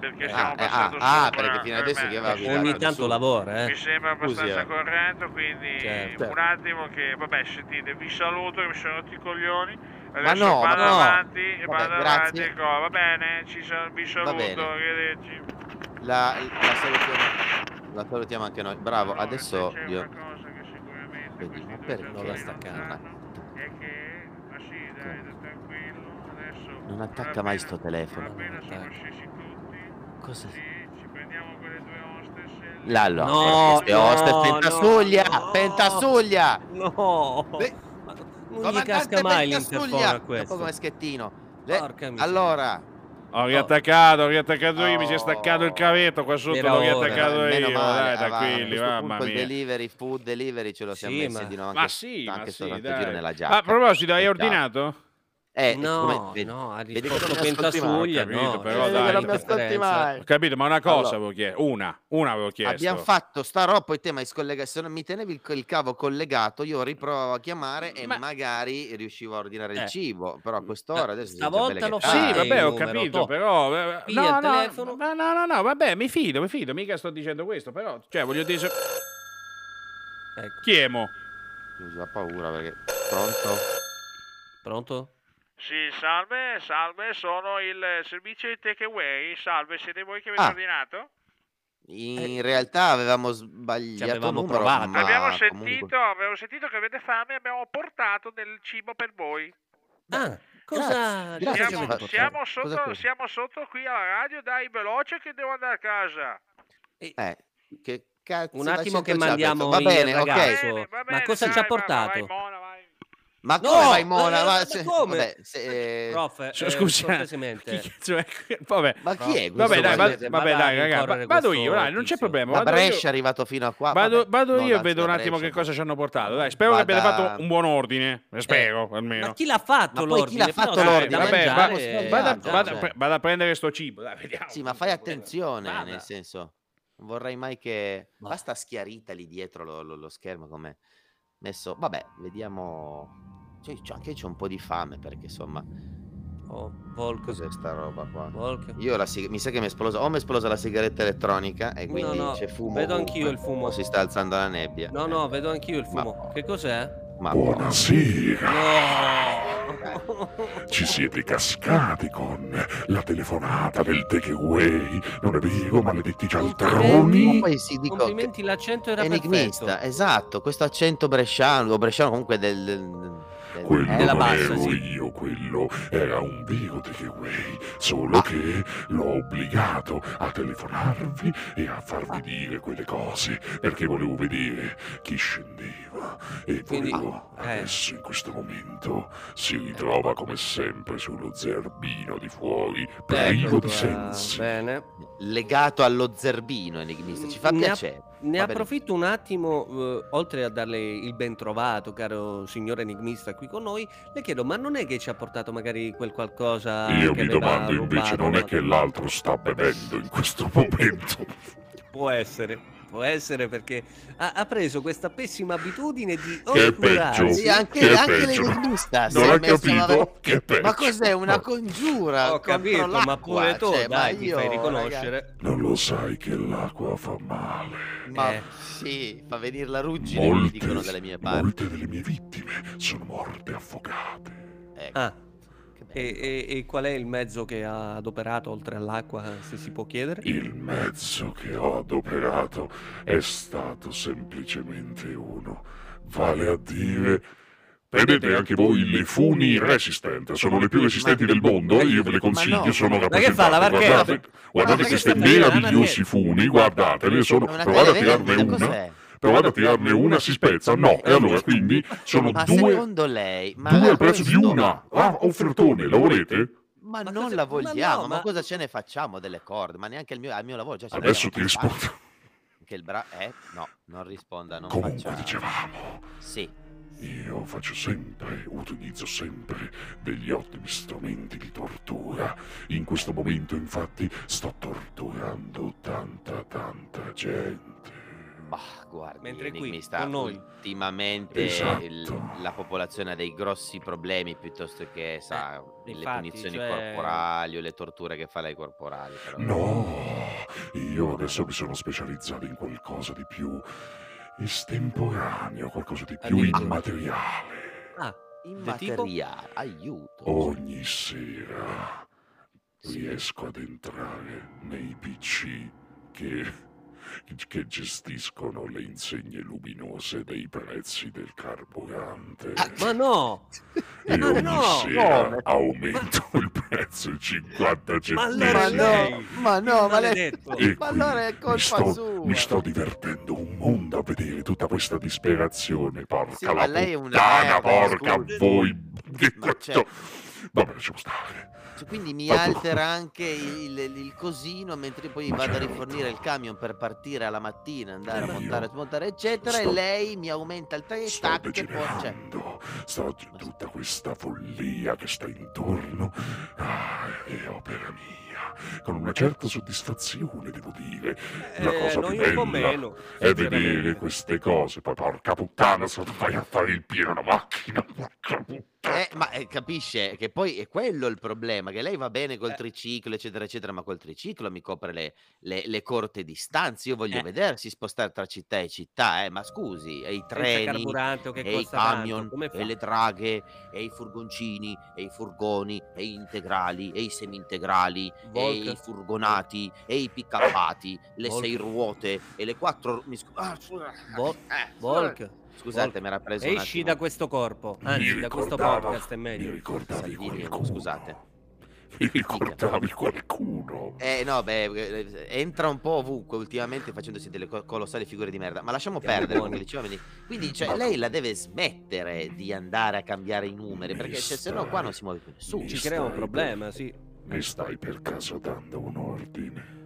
[SPEAKER 1] perché
[SPEAKER 2] Eh,
[SPEAKER 1] siamo
[SPEAKER 2] ah, eh,
[SPEAKER 1] passati
[SPEAKER 2] ah, ah,
[SPEAKER 1] sopra,
[SPEAKER 2] perché fino adesso
[SPEAKER 1] per me.
[SPEAKER 2] chi aveva guidato?
[SPEAKER 3] Ogni
[SPEAKER 2] guarda,
[SPEAKER 3] tanto
[SPEAKER 2] nessuno.
[SPEAKER 3] lavora,
[SPEAKER 1] Mi
[SPEAKER 3] eh.
[SPEAKER 1] sembra
[SPEAKER 2] Scusi,
[SPEAKER 1] abbastanza
[SPEAKER 2] eh.
[SPEAKER 1] corretto, quindi
[SPEAKER 3] Certo.
[SPEAKER 1] un attimo che, vabbè, sentite, vi saluto che mi sono rotti i coglioni, adesso
[SPEAKER 2] no, ma
[SPEAKER 1] vado
[SPEAKER 2] no.
[SPEAKER 1] avanti, e
[SPEAKER 2] Vabbè,
[SPEAKER 1] vado avanti,
[SPEAKER 2] grazie.
[SPEAKER 1] e co- va bene, ci sa- vi
[SPEAKER 2] bene.
[SPEAKER 1] saluto, arrivederci.
[SPEAKER 2] La, la salutiamo, la salutiamo anche noi. Bravo,
[SPEAKER 1] Allora,
[SPEAKER 2] adesso
[SPEAKER 1] se c'è
[SPEAKER 2] io.
[SPEAKER 1] una cosa che sicuramente
[SPEAKER 2] Vedi,
[SPEAKER 1] questi due
[SPEAKER 2] ma perché
[SPEAKER 1] giorni
[SPEAKER 3] non la
[SPEAKER 1] non
[SPEAKER 3] staccava?
[SPEAKER 1] sanno è che ma sì dai dai, tranquillo adesso
[SPEAKER 2] Non attacca mai sto telefono.
[SPEAKER 1] appena
[SPEAKER 3] Non
[SPEAKER 1] sono
[SPEAKER 3] attacca.
[SPEAKER 1] scesi tutti
[SPEAKER 2] Cosa?
[SPEAKER 1] Sì, ci prendiamo quelle due hostess.
[SPEAKER 2] Lallo,
[SPEAKER 3] No,
[SPEAKER 2] eh, hostess,
[SPEAKER 3] no,
[SPEAKER 2] pentasuglia,
[SPEAKER 3] no.
[SPEAKER 2] pentasuglia.
[SPEAKER 3] No,
[SPEAKER 2] Beh,
[SPEAKER 3] Ma non gli
[SPEAKER 2] Comandante
[SPEAKER 3] casca mai
[SPEAKER 2] Pentasuglia.
[SPEAKER 3] l'interfono a
[SPEAKER 2] Un po'
[SPEAKER 3] questo.
[SPEAKER 2] come schettino. Le-
[SPEAKER 3] Porca miseria.
[SPEAKER 2] allora,
[SPEAKER 5] Ho riattaccato, ho riattaccato io, mi si è
[SPEAKER 2] Oh.
[SPEAKER 5] staccato il cavetto qua sotto,
[SPEAKER 3] Era
[SPEAKER 5] l'ho
[SPEAKER 3] ora,
[SPEAKER 5] riattaccato
[SPEAKER 2] meno
[SPEAKER 5] io,
[SPEAKER 2] male,
[SPEAKER 5] dai, tranquilli,
[SPEAKER 2] avanti. A questo
[SPEAKER 5] mamma
[SPEAKER 2] punto il
[SPEAKER 5] mia.
[SPEAKER 2] delivery, food delivery ce lo siamo
[SPEAKER 3] Sì,
[SPEAKER 2] messi
[SPEAKER 3] ma-
[SPEAKER 2] di no, anche,
[SPEAKER 5] Ma sì, ma
[SPEAKER 2] anche
[SPEAKER 5] sì,
[SPEAKER 2] soltanto
[SPEAKER 5] dai.
[SPEAKER 2] giro nella giacca.
[SPEAKER 5] Ah, a proposito, hai
[SPEAKER 2] Già.
[SPEAKER 5] ordinato?
[SPEAKER 2] Eh,
[SPEAKER 3] No,
[SPEAKER 2] come- vedi-
[SPEAKER 3] no, ha
[SPEAKER 2] vedi
[SPEAKER 3] risposto
[SPEAKER 2] che non mi ascolti
[SPEAKER 3] pentasuglia,
[SPEAKER 5] mai, ho capito,
[SPEAKER 3] no.
[SPEAKER 5] però
[SPEAKER 3] eh,
[SPEAKER 5] dai,
[SPEAKER 3] la
[SPEAKER 5] non
[SPEAKER 2] mi ascolti
[SPEAKER 3] differenza.
[SPEAKER 2] mai.
[SPEAKER 5] Ho capito, ma una cosa
[SPEAKER 2] Allora.
[SPEAKER 5] avevo chiesto, una, una avevo chiesto.
[SPEAKER 2] Abbiamo fatto sta roba e te mi hai scollegato. Se non mi tenevi il, il cavo collegato, io riprovo a chiamare e
[SPEAKER 5] Ma-
[SPEAKER 2] magari riuscivo a ordinare
[SPEAKER 3] Eh.
[SPEAKER 2] il cibo. Però a quest'ora adesso sono già
[SPEAKER 3] Stavolta
[SPEAKER 2] belle
[SPEAKER 3] lo
[SPEAKER 2] che
[SPEAKER 5] Sì,
[SPEAKER 3] fai.
[SPEAKER 2] tardi.
[SPEAKER 5] vabbè, ho
[SPEAKER 3] numero,
[SPEAKER 5] capito,
[SPEAKER 3] top.
[SPEAKER 5] però... eh,
[SPEAKER 3] Via
[SPEAKER 5] No,
[SPEAKER 3] il
[SPEAKER 5] no,
[SPEAKER 3] telefono.
[SPEAKER 5] ma no, no, no, vabbè, mi fido, mi fido, mica sto dicendo questo, però... Cioè, voglio dire... se-
[SPEAKER 3] Ecco,
[SPEAKER 5] Chiemo.
[SPEAKER 2] Mi fa paura perché. Pronto?
[SPEAKER 3] pronto?
[SPEAKER 1] Sì, salve, salve, sono il servizio di takeaway. Salve, siete voi che avete
[SPEAKER 2] Ah.
[SPEAKER 1] ordinato?
[SPEAKER 2] In realtà avevamo sbagliato.
[SPEAKER 3] Eh. avevamo
[SPEAKER 2] numero,
[SPEAKER 3] provato.
[SPEAKER 2] ma
[SPEAKER 1] abbiamo,
[SPEAKER 2] comunque-
[SPEAKER 1] sentito, abbiamo sentito che avete fame, abbiamo portato del cibo per voi.
[SPEAKER 3] Ah,
[SPEAKER 1] Siamo,
[SPEAKER 2] grazie, Cosa
[SPEAKER 3] cosa? cosa avete
[SPEAKER 2] avete
[SPEAKER 1] siamo
[SPEAKER 2] portato?
[SPEAKER 3] portato?
[SPEAKER 2] Cosa
[SPEAKER 1] sotto,
[SPEAKER 2] avete?
[SPEAKER 1] siamo sotto qui alla radio, dai, veloce che devo andare a casa.
[SPEAKER 2] Eh, che cazzo
[SPEAKER 3] Un
[SPEAKER 2] da
[SPEAKER 3] attimo che
[SPEAKER 2] 100 c'è?
[SPEAKER 3] mandiamo
[SPEAKER 2] Va
[SPEAKER 3] il
[SPEAKER 2] bene, ok.
[SPEAKER 3] ragazzo. Ma cosa ci ha
[SPEAKER 1] va- va-
[SPEAKER 3] portato?
[SPEAKER 1] vai, Mona, vai.
[SPEAKER 2] Ma
[SPEAKER 3] No,
[SPEAKER 2] come vai, Mona?
[SPEAKER 3] eh,
[SPEAKER 2] Ma,
[SPEAKER 3] ma
[SPEAKER 2] se-
[SPEAKER 3] come?
[SPEAKER 2] vabbè, se-
[SPEAKER 3] Prof,
[SPEAKER 5] Scusa,
[SPEAKER 3] eh,
[SPEAKER 5] scusa,
[SPEAKER 2] eh,
[SPEAKER 3] cortesemente.
[SPEAKER 5] chi cazzo è [laughs] que- vabbè.
[SPEAKER 2] ma chi è questo?
[SPEAKER 5] Vabbè, dai, va-
[SPEAKER 2] qua?
[SPEAKER 5] vabbè,
[SPEAKER 3] ma
[SPEAKER 5] dai,
[SPEAKER 3] dai,
[SPEAKER 5] raga,
[SPEAKER 3] ricorrere
[SPEAKER 5] va- vado
[SPEAKER 3] questo
[SPEAKER 5] io, dai, non c'è
[SPEAKER 3] tizio.
[SPEAKER 5] problema.
[SPEAKER 2] da
[SPEAKER 5] vado io-
[SPEAKER 2] Brescia è arrivato fino a qua.
[SPEAKER 5] Vado,
[SPEAKER 2] vabbè,
[SPEAKER 5] vado
[SPEAKER 2] no,
[SPEAKER 5] io e
[SPEAKER 2] anzi,
[SPEAKER 5] vedo
[SPEAKER 2] da
[SPEAKER 5] un attimo che
[SPEAKER 2] Brescia,
[SPEAKER 5] cosa ci hanno portato. Dai,
[SPEAKER 2] Vada-
[SPEAKER 5] spero che abbiate fatto un buon ordine. eh, Spero, almeno.
[SPEAKER 3] Ma chi l'ha fatto
[SPEAKER 2] Ma poi chi l'ha
[SPEAKER 3] l'ordine? Però
[SPEAKER 2] fatto
[SPEAKER 3] dai, da
[SPEAKER 2] l'ordine?
[SPEAKER 5] vabbè, va-
[SPEAKER 3] mangiare- eh,
[SPEAKER 5] vada,
[SPEAKER 2] già,
[SPEAKER 5] vada-
[SPEAKER 2] cioè.
[SPEAKER 5] pre- vada a prendere sto cibo. Dai, vediamo.
[SPEAKER 2] Sì, ma fai attenzione,
[SPEAKER 5] Vada.
[SPEAKER 2] nel senso, non vorrei mai che...
[SPEAKER 3] Ma-
[SPEAKER 2] Basta schiarita lì dietro lo, lo- lo schermo come messo... Vabbè, vediamo... Cioè, c'ho- anche io c'ho un po' di fame perché insomma...
[SPEAKER 3] Oh, Volco,
[SPEAKER 2] Cos'è sta roba qua?
[SPEAKER 3] Volco.
[SPEAKER 2] Io la sig- mi sa che mi è esplosa... O mi è esplosa la sigaretta elettronica e
[SPEAKER 3] No,
[SPEAKER 2] quindi
[SPEAKER 3] no,
[SPEAKER 2] c'è fumo
[SPEAKER 3] vedo
[SPEAKER 2] ovunque,
[SPEAKER 3] anch'io il fumo.
[SPEAKER 2] o si sta alzando la nebbia.
[SPEAKER 3] No,
[SPEAKER 2] eh,
[SPEAKER 3] no, vedo anch'io il fumo.
[SPEAKER 2] Ma-
[SPEAKER 3] Che cos'è?
[SPEAKER 2] Ma...
[SPEAKER 6] Buonasera,
[SPEAKER 3] No!
[SPEAKER 6] ci siete cascati con la telefonata del takeaway, non è vero, maledetti
[SPEAKER 2] Ma
[SPEAKER 6] cialtroni?
[SPEAKER 2] poi si dico... che-
[SPEAKER 3] [laughs] Complimenti, l'accento era
[SPEAKER 2] enigmista,
[SPEAKER 3] perfetto.
[SPEAKER 2] esatto, questo accento bresciano, o bresciano comunque del... del- del-
[SPEAKER 6] Quello
[SPEAKER 2] eh,
[SPEAKER 6] non
[SPEAKER 3] la bassa,
[SPEAKER 6] ero
[SPEAKER 3] sì.
[SPEAKER 6] io, quello era un vero takeaway, solo che l'ho obbligato a telefonarvi e a farvi dire quelle cose, perché volevo vedere chi scendeva e
[SPEAKER 3] Quindi-
[SPEAKER 6] volevo
[SPEAKER 3] ah, eh.
[SPEAKER 6] adesso in questo momento si ritrova come sempre sullo zerbino di fuori, privo di
[SPEAKER 3] Ecco qua,
[SPEAKER 6] sensi.
[SPEAKER 3] Bene.
[SPEAKER 2] legato allo zerbino enigmista. Ci fa
[SPEAKER 3] Ne ha-
[SPEAKER 2] piacere.
[SPEAKER 3] Ne
[SPEAKER 2] Va bene.
[SPEAKER 3] approfitto un attimo, eh, oltre a darle il ben trovato, caro signor enigmista qui con noi, le chiedo, ma non è che ci ha portato magari quel qualcosa
[SPEAKER 6] Io
[SPEAKER 3] che
[SPEAKER 6] mi
[SPEAKER 3] aveva
[SPEAKER 6] domando invece,
[SPEAKER 3] rubato?
[SPEAKER 6] non è che l'altro sta bevendo in
[SPEAKER 2] Eh,
[SPEAKER 6] questo momento?
[SPEAKER 3] Può essere, può essere perché ha, ha preso questa pessima abitudine di
[SPEAKER 6] Che è
[SPEAKER 3] oscurarsi.
[SPEAKER 6] peggio.
[SPEAKER 2] Sì, anche,
[SPEAKER 6] Che
[SPEAKER 2] anche
[SPEAKER 6] peggio.
[SPEAKER 2] l'enigmista si
[SPEAKER 6] Non
[SPEAKER 2] è
[SPEAKER 6] ho
[SPEAKER 2] messo la-
[SPEAKER 6] capito. Che peggio.
[SPEAKER 2] Ma cos'è una
[SPEAKER 6] No.
[SPEAKER 2] congiura?
[SPEAKER 3] Ho capito,
[SPEAKER 2] contro
[SPEAKER 3] ma pure
[SPEAKER 2] l'acqua?
[SPEAKER 3] tu,
[SPEAKER 2] Cioè, ma
[SPEAKER 3] dai, mi
[SPEAKER 2] io,
[SPEAKER 3] fai riconoscere.
[SPEAKER 6] Non lo sai che l'acqua fa male.
[SPEAKER 2] ragazzi, ma
[SPEAKER 3] Eh.
[SPEAKER 2] sì, fa venire la ruggine, mi
[SPEAKER 6] Molte,
[SPEAKER 2] dicono dalle mie parti.
[SPEAKER 6] molte delle mie vittime sono morte affogate.
[SPEAKER 2] Ecco,
[SPEAKER 3] Ah,
[SPEAKER 2] che bello.
[SPEAKER 3] e, e- e qual è il mezzo che ha adoperato oltre all'acqua, se si può chiedere?
[SPEAKER 6] Il mezzo che ho adoperato è stato semplicemente uno. Vale a dire. Vedete anche voi le funi resistente, sono le più resistenti del mondo e io ve le
[SPEAKER 2] Ma
[SPEAKER 6] consiglio,
[SPEAKER 2] no.
[SPEAKER 6] sono
[SPEAKER 2] Ma
[SPEAKER 3] che fa, la
[SPEAKER 6] rappresentate.
[SPEAKER 3] barchetta?
[SPEAKER 6] Guardate, guardate
[SPEAKER 3] Ma che
[SPEAKER 6] queste
[SPEAKER 3] sta facendo?
[SPEAKER 6] meravigliosi
[SPEAKER 3] Ma che-
[SPEAKER 6] funi, guardatele, sono...
[SPEAKER 2] Ma una
[SPEAKER 6] Provate a
[SPEAKER 2] televendita
[SPEAKER 6] tirarne una,
[SPEAKER 2] cos'è?
[SPEAKER 6] provate a tirarne una, si spezza, no, e allora quindi sono
[SPEAKER 2] Ma
[SPEAKER 6] due,
[SPEAKER 2] secondo lei, ma
[SPEAKER 6] due al prezzo di
[SPEAKER 2] questo-
[SPEAKER 6] una. Ah, offertone, la volete?
[SPEAKER 2] Ma,
[SPEAKER 3] Ma
[SPEAKER 2] non
[SPEAKER 3] cosa-
[SPEAKER 2] la
[SPEAKER 3] ma no,
[SPEAKER 2] vogliamo, ma,
[SPEAKER 3] ma-
[SPEAKER 2] cosa ce ne facciamo delle corde? Ma neanche al mio, al mio lavoro. Cioè, ci
[SPEAKER 6] Adesso ti
[SPEAKER 2] abbiamo tanto
[SPEAKER 6] rispondo.
[SPEAKER 2] fatto Che il bra... Eh, no, non risponda, non
[SPEAKER 6] Comunque
[SPEAKER 2] facciamo.
[SPEAKER 6] dicevamo,
[SPEAKER 2] Sì,
[SPEAKER 6] io faccio sempre, utilizzo sempre degli ottimi strumenti di tortura. In questo momento infatti sto torturando tanta tanta gente.
[SPEAKER 2] bah, guardi,
[SPEAKER 3] Mentre qui,
[SPEAKER 2] enigmista,
[SPEAKER 3] con noi.
[SPEAKER 2] ultimamente
[SPEAKER 6] Esatto.
[SPEAKER 2] il- la popolazione ha dei grossi problemi piuttosto che, sa, le
[SPEAKER 3] Eh, infatti,
[SPEAKER 2] punizioni
[SPEAKER 3] cioè-
[SPEAKER 2] corporali o le torture che fa lei corporali. però.
[SPEAKER 6] No, io adesso mi sono specializzato in qualcosa di più estemporaneo, qualcosa di più
[SPEAKER 3] Addirittura.
[SPEAKER 6] immateriale.
[SPEAKER 3] Ah,
[SPEAKER 2] Immateriale, aiuto.
[SPEAKER 6] Ogni sera
[SPEAKER 2] Sì.
[SPEAKER 6] riesco ad entrare nei PC che che gestiscono le insegne luminose dei prezzi del carburante.
[SPEAKER 2] Ah,
[SPEAKER 3] Ah, Ma no!
[SPEAKER 6] e
[SPEAKER 3] ma
[SPEAKER 6] ogni
[SPEAKER 3] no!
[SPEAKER 6] sera
[SPEAKER 2] Come?
[SPEAKER 6] aumento il prezzo di 50
[SPEAKER 3] Ma
[SPEAKER 6] centesimi.
[SPEAKER 3] allora
[SPEAKER 2] Ma
[SPEAKER 3] lei-
[SPEAKER 2] no, ma no, ma lei-
[SPEAKER 3] maledetto.
[SPEAKER 6] E
[SPEAKER 2] ma
[SPEAKER 6] quindi
[SPEAKER 2] allora è colpa
[SPEAKER 6] mi sto,
[SPEAKER 2] sua.
[SPEAKER 6] mi sto divertendo un mondo a vedere tutta questa disperazione. Porca
[SPEAKER 2] Sì,
[SPEAKER 6] la
[SPEAKER 2] ma lei è una merda,
[SPEAKER 6] puttana, porca
[SPEAKER 2] scusi.
[SPEAKER 6] voi. Che
[SPEAKER 2] Ma
[SPEAKER 6] cazzo.
[SPEAKER 2] cioè-
[SPEAKER 6] Vabbè, lasciamo stare.
[SPEAKER 2] Cioè, quindi mi
[SPEAKER 6] Ma tu-
[SPEAKER 2] altera anche il, il- il cosino mentre poi
[SPEAKER 6] Ma
[SPEAKER 2] vado a
[SPEAKER 6] certo.
[SPEAKER 2] rifornire il camion per partire alla mattina, andare a
[SPEAKER 6] Io
[SPEAKER 2] montare, a smontare, eccetera.
[SPEAKER 6] sto-
[SPEAKER 2] e lei mi aumenta il tre
[SPEAKER 6] Sto
[SPEAKER 2] tac e poi cioè,
[SPEAKER 6] degenerando, sto
[SPEAKER 2] Ma-
[SPEAKER 6] tutta questa follia che sta intorno ah, è opera mia, con una certa soddisfazione devo dire. La
[SPEAKER 3] Eh,
[SPEAKER 6] cosa
[SPEAKER 3] noi
[SPEAKER 6] più
[SPEAKER 3] un po'
[SPEAKER 6] bella
[SPEAKER 3] meno,
[SPEAKER 6] è
[SPEAKER 3] sinceramente.
[SPEAKER 6] vedere queste cose, poi porca puttana, se tu vai a fare il pieno una macchina, porca puttana.
[SPEAKER 2] Eh, ma eh, capisce che poi è quello il problema, che lei va bene
[SPEAKER 3] Eh.
[SPEAKER 2] col triciclo, eccetera, eccetera, ma col triciclo mi copre le, le- le corte distanze, io voglio
[SPEAKER 3] Eh.
[SPEAKER 2] vedersi spostare tra città e città, eh, ma scusi, e i
[SPEAKER 3] Senza
[SPEAKER 2] treni,
[SPEAKER 3] carburante o che
[SPEAKER 2] e i
[SPEAKER 3] costa tanto,
[SPEAKER 2] camion,
[SPEAKER 3] come fa?
[SPEAKER 2] e le traghe, e i furgoncini, e i furgoni, e gli integrali, e i semi-integrali,
[SPEAKER 3] Volk.
[SPEAKER 2] e i furgonati, e
[SPEAKER 3] Eh,
[SPEAKER 2] i piccapati, le
[SPEAKER 3] Volk.
[SPEAKER 2] sei ruote, e le quattro... Mi scu- ah, scusa.
[SPEAKER 3] Vol-
[SPEAKER 2] Eh,
[SPEAKER 3] Volk,
[SPEAKER 2] Scusate,
[SPEAKER 3] Volk.
[SPEAKER 2] mi era preso un
[SPEAKER 3] esci
[SPEAKER 2] attimo.
[SPEAKER 3] da questo corpo,
[SPEAKER 2] Ah,
[SPEAKER 3] anzi
[SPEAKER 6] Mi
[SPEAKER 3] da questo
[SPEAKER 6] ricordavo-
[SPEAKER 3] podcast è
[SPEAKER 6] Mi
[SPEAKER 3] meglio.
[SPEAKER 6] ricordavi
[SPEAKER 2] Salvini,
[SPEAKER 6] qualcuno?
[SPEAKER 2] scusate.
[SPEAKER 6] Mi ricordavi qualcuno?
[SPEAKER 2] Eh no, beh, eh, entra un po' ovunque ultimamente facendosi delle co- colossali figure di merda, ma lasciamo
[SPEAKER 3] Siamo
[SPEAKER 2] perdere come
[SPEAKER 3] buoni.
[SPEAKER 2] diceva Melini. Quindi cioè, lei la deve smettere di andare a cambiare i numeri, perché cioè, se no qua non si muove più nessuno.
[SPEAKER 3] Ci crea un problema, sì.
[SPEAKER 6] Mi stai per caso dando un ordine?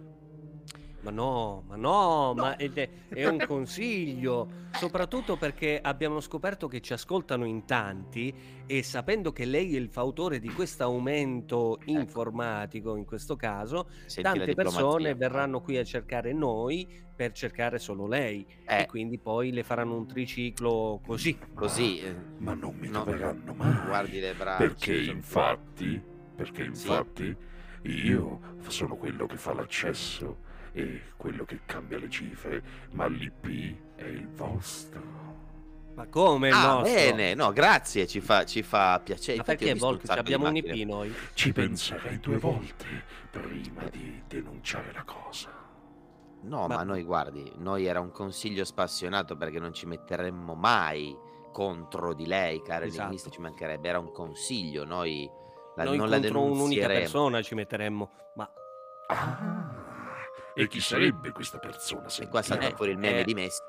[SPEAKER 3] Ma no, ma no, ma ed è, è un consiglio, soprattutto perché abbiamo scoperto che ci ascoltano in tanti e sapendo che lei è il fautore di questo aumento informatico in questo caso,
[SPEAKER 2] Senti la eh.
[SPEAKER 3] tante
[SPEAKER 2] diplomazia.
[SPEAKER 3] persone verranno qui a cercare noi per cercare solo lei
[SPEAKER 2] Eh.
[SPEAKER 3] e quindi poi le faranno un triciclo così.
[SPEAKER 2] Così, eh,
[SPEAKER 6] Ma non mi
[SPEAKER 2] No.
[SPEAKER 6] troveranno mai.
[SPEAKER 2] guardi le braccia.
[SPEAKER 6] Perché infatti, perché
[SPEAKER 2] Sì.
[SPEAKER 6] infatti io sono quello che fa l'accesso e quello che cambia le cifre, ma l'IP è il vostro.
[SPEAKER 3] Ma come il
[SPEAKER 2] Ah,
[SPEAKER 3] nostro?
[SPEAKER 2] bene, no, grazie, ci fa, ci fa piacere.
[SPEAKER 3] Ma
[SPEAKER 2] Infatti ho
[SPEAKER 3] perché
[SPEAKER 2] visto un
[SPEAKER 3] Volk ci
[SPEAKER 2] sacco di
[SPEAKER 3] abbiamo un IP
[SPEAKER 2] macchine.
[SPEAKER 3] noi?
[SPEAKER 6] Ci penserei due volte prima di denunciare la cosa.
[SPEAKER 2] No, ma...
[SPEAKER 3] Ma-
[SPEAKER 2] noi guardi, noi era un consiglio spassionato perché non ci metteremmo mai contro di lei, cara
[SPEAKER 3] Esatto.
[SPEAKER 2] enigmista, ci mancherebbe, era un consiglio, noi, la-
[SPEAKER 3] Noi
[SPEAKER 2] non la
[SPEAKER 3] contro un'unica
[SPEAKER 2] denunzieremo.
[SPEAKER 3] persona ci metteremmo, ma
[SPEAKER 6] Ah, e chi sarebbe questa persona?
[SPEAKER 2] E qua salta
[SPEAKER 6] Sentiamo.
[SPEAKER 2] fuori il meme
[SPEAKER 3] eh.
[SPEAKER 2] di Messi.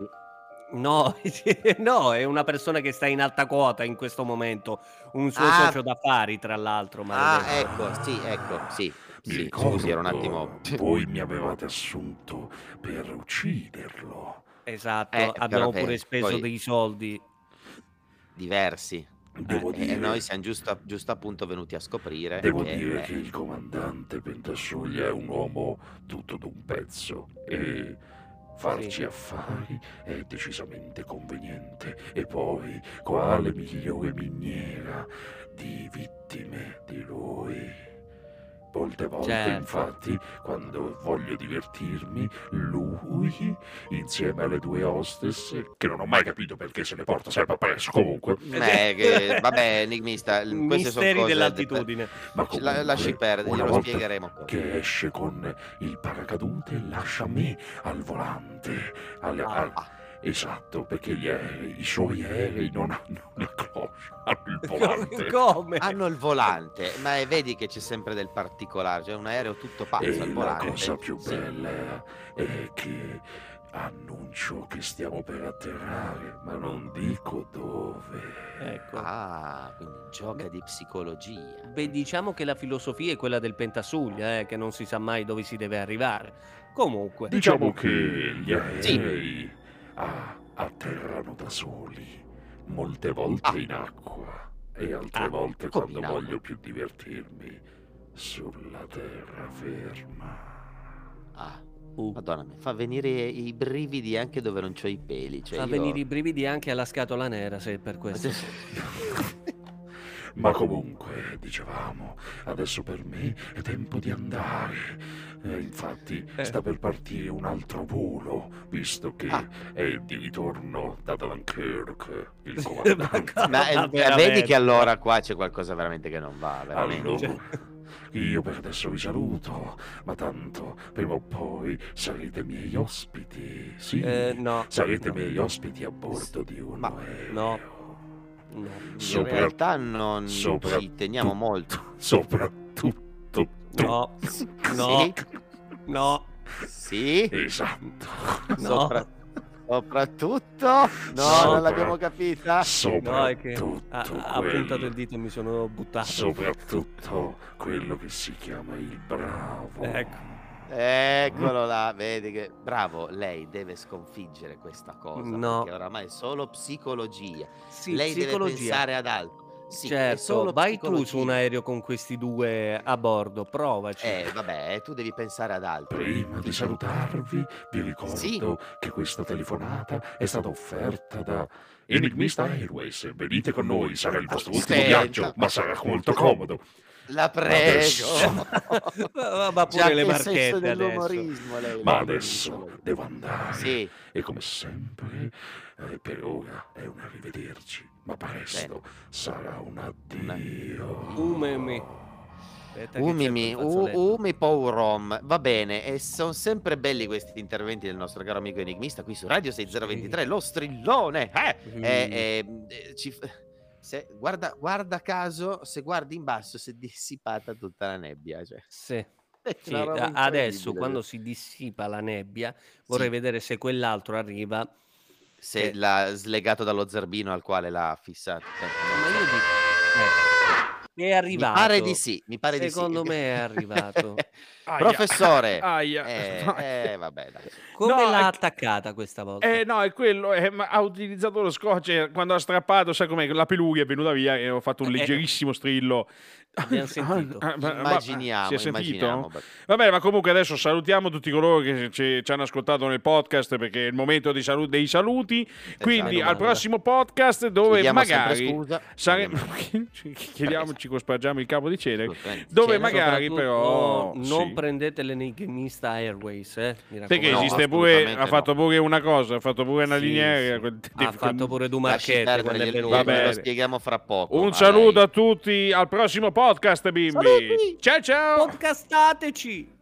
[SPEAKER 3] No, [laughs] no, è una persona che sta in alta quota in questo momento, un suo
[SPEAKER 2] Ah.
[SPEAKER 3] socio d'affari, tra l'altro.
[SPEAKER 2] Ah,
[SPEAKER 3] maledetto.
[SPEAKER 2] ecco, sì, ecco, sì.
[SPEAKER 6] Mi
[SPEAKER 2] sì
[SPEAKER 6] ricordo,
[SPEAKER 2] scusi, era un attimo...
[SPEAKER 6] Voi mi avevate assunto per ucciderlo.
[SPEAKER 3] Esatto,
[SPEAKER 2] eh,
[SPEAKER 3] abbiamo
[SPEAKER 2] però,
[SPEAKER 3] pure
[SPEAKER 2] eh,
[SPEAKER 3] speso
[SPEAKER 2] poi-
[SPEAKER 3] dei soldi.
[SPEAKER 2] Diversi.
[SPEAKER 6] [laughs] Devo
[SPEAKER 2] Eh,
[SPEAKER 6] dire...
[SPEAKER 2] e noi siamo giusto, giusto appunto venuti a scoprire
[SPEAKER 6] Devo
[SPEAKER 2] che...
[SPEAKER 6] dire
[SPEAKER 2] eh,
[SPEAKER 6] che il comandante Pentasuglia è un uomo tutto d'un pezzo e farci
[SPEAKER 3] Sì.
[SPEAKER 6] affari è decisamente conveniente. E poi, quale migliore miniera di vittime di lui? Molte volte,
[SPEAKER 3] Certo.
[SPEAKER 6] infatti, quando voglio divertirmi, lui, insieme alle due hostess, che non ho mai capito perché se le porta sempre appresso, comunque,
[SPEAKER 2] Beh, Eh, che- vabbè,
[SPEAKER 3] [laughs]
[SPEAKER 2] enigmista, l- queste sono
[SPEAKER 3] Misteri
[SPEAKER 2] cose-
[SPEAKER 3] dell'altitudine.
[SPEAKER 6] ma
[SPEAKER 2] Ce la-
[SPEAKER 6] comunque,
[SPEAKER 2] lasci perdere,
[SPEAKER 6] una
[SPEAKER 2] glielo
[SPEAKER 6] volta
[SPEAKER 2] spiegheremo.
[SPEAKER 6] Che esce con il paracadute, lascia me al volante. al-
[SPEAKER 3] Ah,
[SPEAKER 6] al-
[SPEAKER 2] ah.
[SPEAKER 6] Esatto, perché gli aerei- i suoi aerei non hanno una cloche,
[SPEAKER 2] [laughs]
[SPEAKER 6] hanno il volante.
[SPEAKER 3] [laughs] Come?
[SPEAKER 2] Ah, Hanno il volante, ma eh, vedi che c'è sempre del particolare, cioè un aereo tutto pazzo al
[SPEAKER 6] E la
[SPEAKER 2] volante.
[SPEAKER 6] cosa più
[SPEAKER 2] Sì.
[SPEAKER 6] bella è che annuncio che stiamo per atterrare, ma non dico dove.
[SPEAKER 3] Ecco.
[SPEAKER 2] Ah, quindi gioca di psicologia.
[SPEAKER 3] Beh, diciamo che la filosofia è quella del pentasuglia, eh, che non si sa mai dove si deve arrivare. Comunque,
[SPEAKER 6] Diciamo che gli aerei ah, atterrano da soli, molte volte
[SPEAKER 2] Ah.
[SPEAKER 6] in acqua e altre
[SPEAKER 3] Ah,
[SPEAKER 6] volte
[SPEAKER 2] come
[SPEAKER 6] quando
[SPEAKER 2] in acqua?
[SPEAKER 6] voglio più divertirmi sulla terraferma.
[SPEAKER 2] Ah,
[SPEAKER 3] uh,
[SPEAKER 2] madonna, mi fa venire i brividi anche dove non c'ho i peli. Cioè
[SPEAKER 3] fa
[SPEAKER 2] io- [laughs]
[SPEAKER 3] venire i brividi anche alla scatola nera, se è per questo.
[SPEAKER 6] Ma comunque, dicevamo, adesso per me è tempo di andare. E infatti
[SPEAKER 3] Eh.
[SPEAKER 6] sta per partire un altro volo, visto che
[SPEAKER 2] Ah.
[SPEAKER 6] è di ritorno da Dunkirk, il
[SPEAKER 3] Ma
[SPEAKER 6] comandante.
[SPEAKER 2] Ma eh,
[SPEAKER 3] [laughs] veramente.
[SPEAKER 2] vedi che allora qua c'è qualcosa veramente che non va, veramente.
[SPEAKER 6] Allora,
[SPEAKER 3] Cioè-
[SPEAKER 6] Io per adesso vi saluto, ma tanto prima o poi sarete miei ospiti. Sì,
[SPEAKER 3] Eh, no.
[SPEAKER 6] sarete
[SPEAKER 3] No.
[SPEAKER 6] miei ospiti a bordo di uno.
[SPEAKER 2] Ma-
[SPEAKER 6] aereo.
[SPEAKER 3] no. No.
[SPEAKER 2] In
[SPEAKER 6] Sopra-
[SPEAKER 2] realtà non
[SPEAKER 6] sopra-
[SPEAKER 2] ci teniamo
[SPEAKER 6] [laughs]
[SPEAKER 2] molto.
[SPEAKER 6] Soprattutto tu.
[SPEAKER 3] No. No.
[SPEAKER 2] Sì?
[SPEAKER 3] No.
[SPEAKER 2] Sì?
[SPEAKER 6] Esatto.
[SPEAKER 3] No.
[SPEAKER 2] Sopra- Soprattutto? No, non l'abbiamo capita.
[SPEAKER 3] No, è che
[SPEAKER 6] Soprattutto
[SPEAKER 3] ha, ha
[SPEAKER 6] quello-
[SPEAKER 3] puntato il dito e mi sono buttato.
[SPEAKER 6] Soprattutto quello che si chiama il bravo.
[SPEAKER 3] Ecco.
[SPEAKER 2] Eccolo là, vedi che bravo, lei deve sconfiggere questa cosa
[SPEAKER 3] No.
[SPEAKER 2] perché oramai è solo psicologia.
[SPEAKER 3] Sì,
[SPEAKER 2] lei
[SPEAKER 3] psicologia.
[SPEAKER 2] deve pensare ad altro. Sì, è
[SPEAKER 3] certo,
[SPEAKER 2] solo
[SPEAKER 3] vai tu su un
[SPEAKER 2] psicologia.
[SPEAKER 3] aereo con questi due a bordo, provaci.
[SPEAKER 2] Eh, vabbè, tu devi pensare ad altro. Diciamo,
[SPEAKER 6] Prima di salutarvi, vi ricordo
[SPEAKER 2] Sì.
[SPEAKER 6] che questa telefonata è stata offerta da Enigmista Airways. Venite con noi, sarà il vostro ultimo
[SPEAKER 2] Aspetta.
[SPEAKER 6] viaggio, ma sarà molto comodo.
[SPEAKER 2] La
[SPEAKER 6] Adesso.
[SPEAKER 2] [laughs] prego.
[SPEAKER 3] Ma- ma
[SPEAKER 2] Già
[SPEAKER 3] pure le
[SPEAKER 2] che senso
[SPEAKER 3] marchette adesso.
[SPEAKER 2] dell'umorismo lei,
[SPEAKER 6] Ma
[SPEAKER 2] lei,
[SPEAKER 6] adesso
[SPEAKER 2] lei.
[SPEAKER 6] devo andare.
[SPEAKER 2] Sì,
[SPEAKER 6] E come sempre, eh, per ora è un arrivederci, ma presto sarà un addio.
[SPEAKER 3] Umemi. Aspetta che
[SPEAKER 2] umimi,
[SPEAKER 3] c'è il fazzoletto.
[SPEAKER 2] u- umi paurom. Va bene, e sono sempre belli questi interventi del nostro caro amico enigmista qui su Radio 6023, lo strillone. Eh!
[SPEAKER 3] Mm.
[SPEAKER 2] Eh, eh, eh, ci f- se- guarda, guarda caso, se guardi in basso [laughs] si è dissipata tutta la nebbia. Cioè. [laughs]
[SPEAKER 3] Sì,
[SPEAKER 2] È
[SPEAKER 3] sì,
[SPEAKER 2] una roba
[SPEAKER 3] a- adesso
[SPEAKER 2] incredibile. cioè.
[SPEAKER 3] quando si dissipa la nebbia vorrei
[SPEAKER 2] Sì.
[SPEAKER 3] vedere se quell'altro arriva.
[SPEAKER 2] se
[SPEAKER 3] Eh.
[SPEAKER 2] l'ha slegato dallo zerbino al quale l'ha fissato. Eh,
[SPEAKER 3] Ma
[SPEAKER 2] non
[SPEAKER 3] io
[SPEAKER 2] so.
[SPEAKER 3] dico- eh, è arrivato.
[SPEAKER 2] Mi pare di sì, mi pare
[SPEAKER 3] Secondo
[SPEAKER 2] di sì.
[SPEAKER 3] me
[SPEAKER 2] [laughs]
[SPEAKER 3] è arrivato.
[SPEAKER 5] Aia.
[SPEAKER 2] Professore.
[SPEAKER 5] [laughs] Aia.
[SPEAKER 2] Eh, eh, vabbè, dai.
[SPEAKER 3] Come
[SPEAKER 5] No,
[SPEAKER 3] l'ha
[SPEAKER 5] è-
[SPEAKER 3] attaccata questa volta?
[SPEAKER 5] Eh no, è quello, eh, ma ha utilizzato lo scotch e quando ha strappato, sai com'è, la peluria è venuta via e ho fatto un
[SPEAKER 3] Eh, eh.
[SPEAKER 5] leggerissimo strillo. [laughs]
[SPEAKER 3] Abbiamo sentito.
[SPEAKER 5] Ah, ma- ma-
[SPEAKER 2] immaginiamo,
[SPEAKER 5] si è sentito?
[SPEAKER 2] immaginiamo.
[SPEAKER 5] Vabbè, ma comunque adesso salutiamo tutti coloro che ci, ci hanno ascoltato nel podcast perché è il momento dei, salu- dei saluti.
[SPEAKER 3] Esatto,
[SPEAKER 5] Quindi
[SPEAKER 2] domanda.
[SPEAKER 5] al prossimo podcast dove
[SPEAKER 2] Chiediamo sempre
[SPEAKER 5] magari
[SPEAKER 2] scusa.
[SPEAKER 5] sare-
[SPEAKER 2] Chiediamo-
[SPEAKER 5] ci- chiediamoci, cospargiamo il capo di cenere.
[SPEAKER 2] Assolutamente.
[SPEAKER 5] [laughs] Dove
[SPEAKER 2] Cioè,
[SPEAKER 5] eh, magari- però,
[SPEAKER 3] Soprattutto Non
[SPEAKER 5] sì.
[SPEAKER 3] prendete l'enigmista Airways, eh, mi
[SPEAKER 5] Perché
[SPEAKER 3] raccomando.
[SPEAKER 2] No,
[SPEAKER 5] esiste pure,
[SPEAKER 2] assolutamente
[SPEAKER 5] ha fatto pure una cosa, ha fatto pure una
[SPEAKER 3] Sì,
[SPEAKER 5] linea aerea,
[SPEAKER 3] sì.
[SPEAKER 5] quel-
[SPEAKER 3] ha fatto pure due
[SPEAKER 2] lasci
[SPEAKER 3] marchette
[SPEAKER 2] perdere
[SPEAKER 3] quando è
[SPEAKER 2] gli
[SPEAKER 3] venuto.
[SPEAKER 5] Va
[SPEAKER 2] allievi,
[SPEAKER 5] bene.
[SPEAKER 2] lo spieghiamo fra poco.
[SPEAKER 5] Un
[SPEAKER 2] ma
[SPEAKER 5] saluto
[SPEAKER 2] lei-
[SPEAKER 5] a tutti, al prossimo podcast, bimbi.
[SPEAKER 3] Saluti!
[SPEAKER 5] Ciao ciao.
[SPEAKER 3] Podcastateci!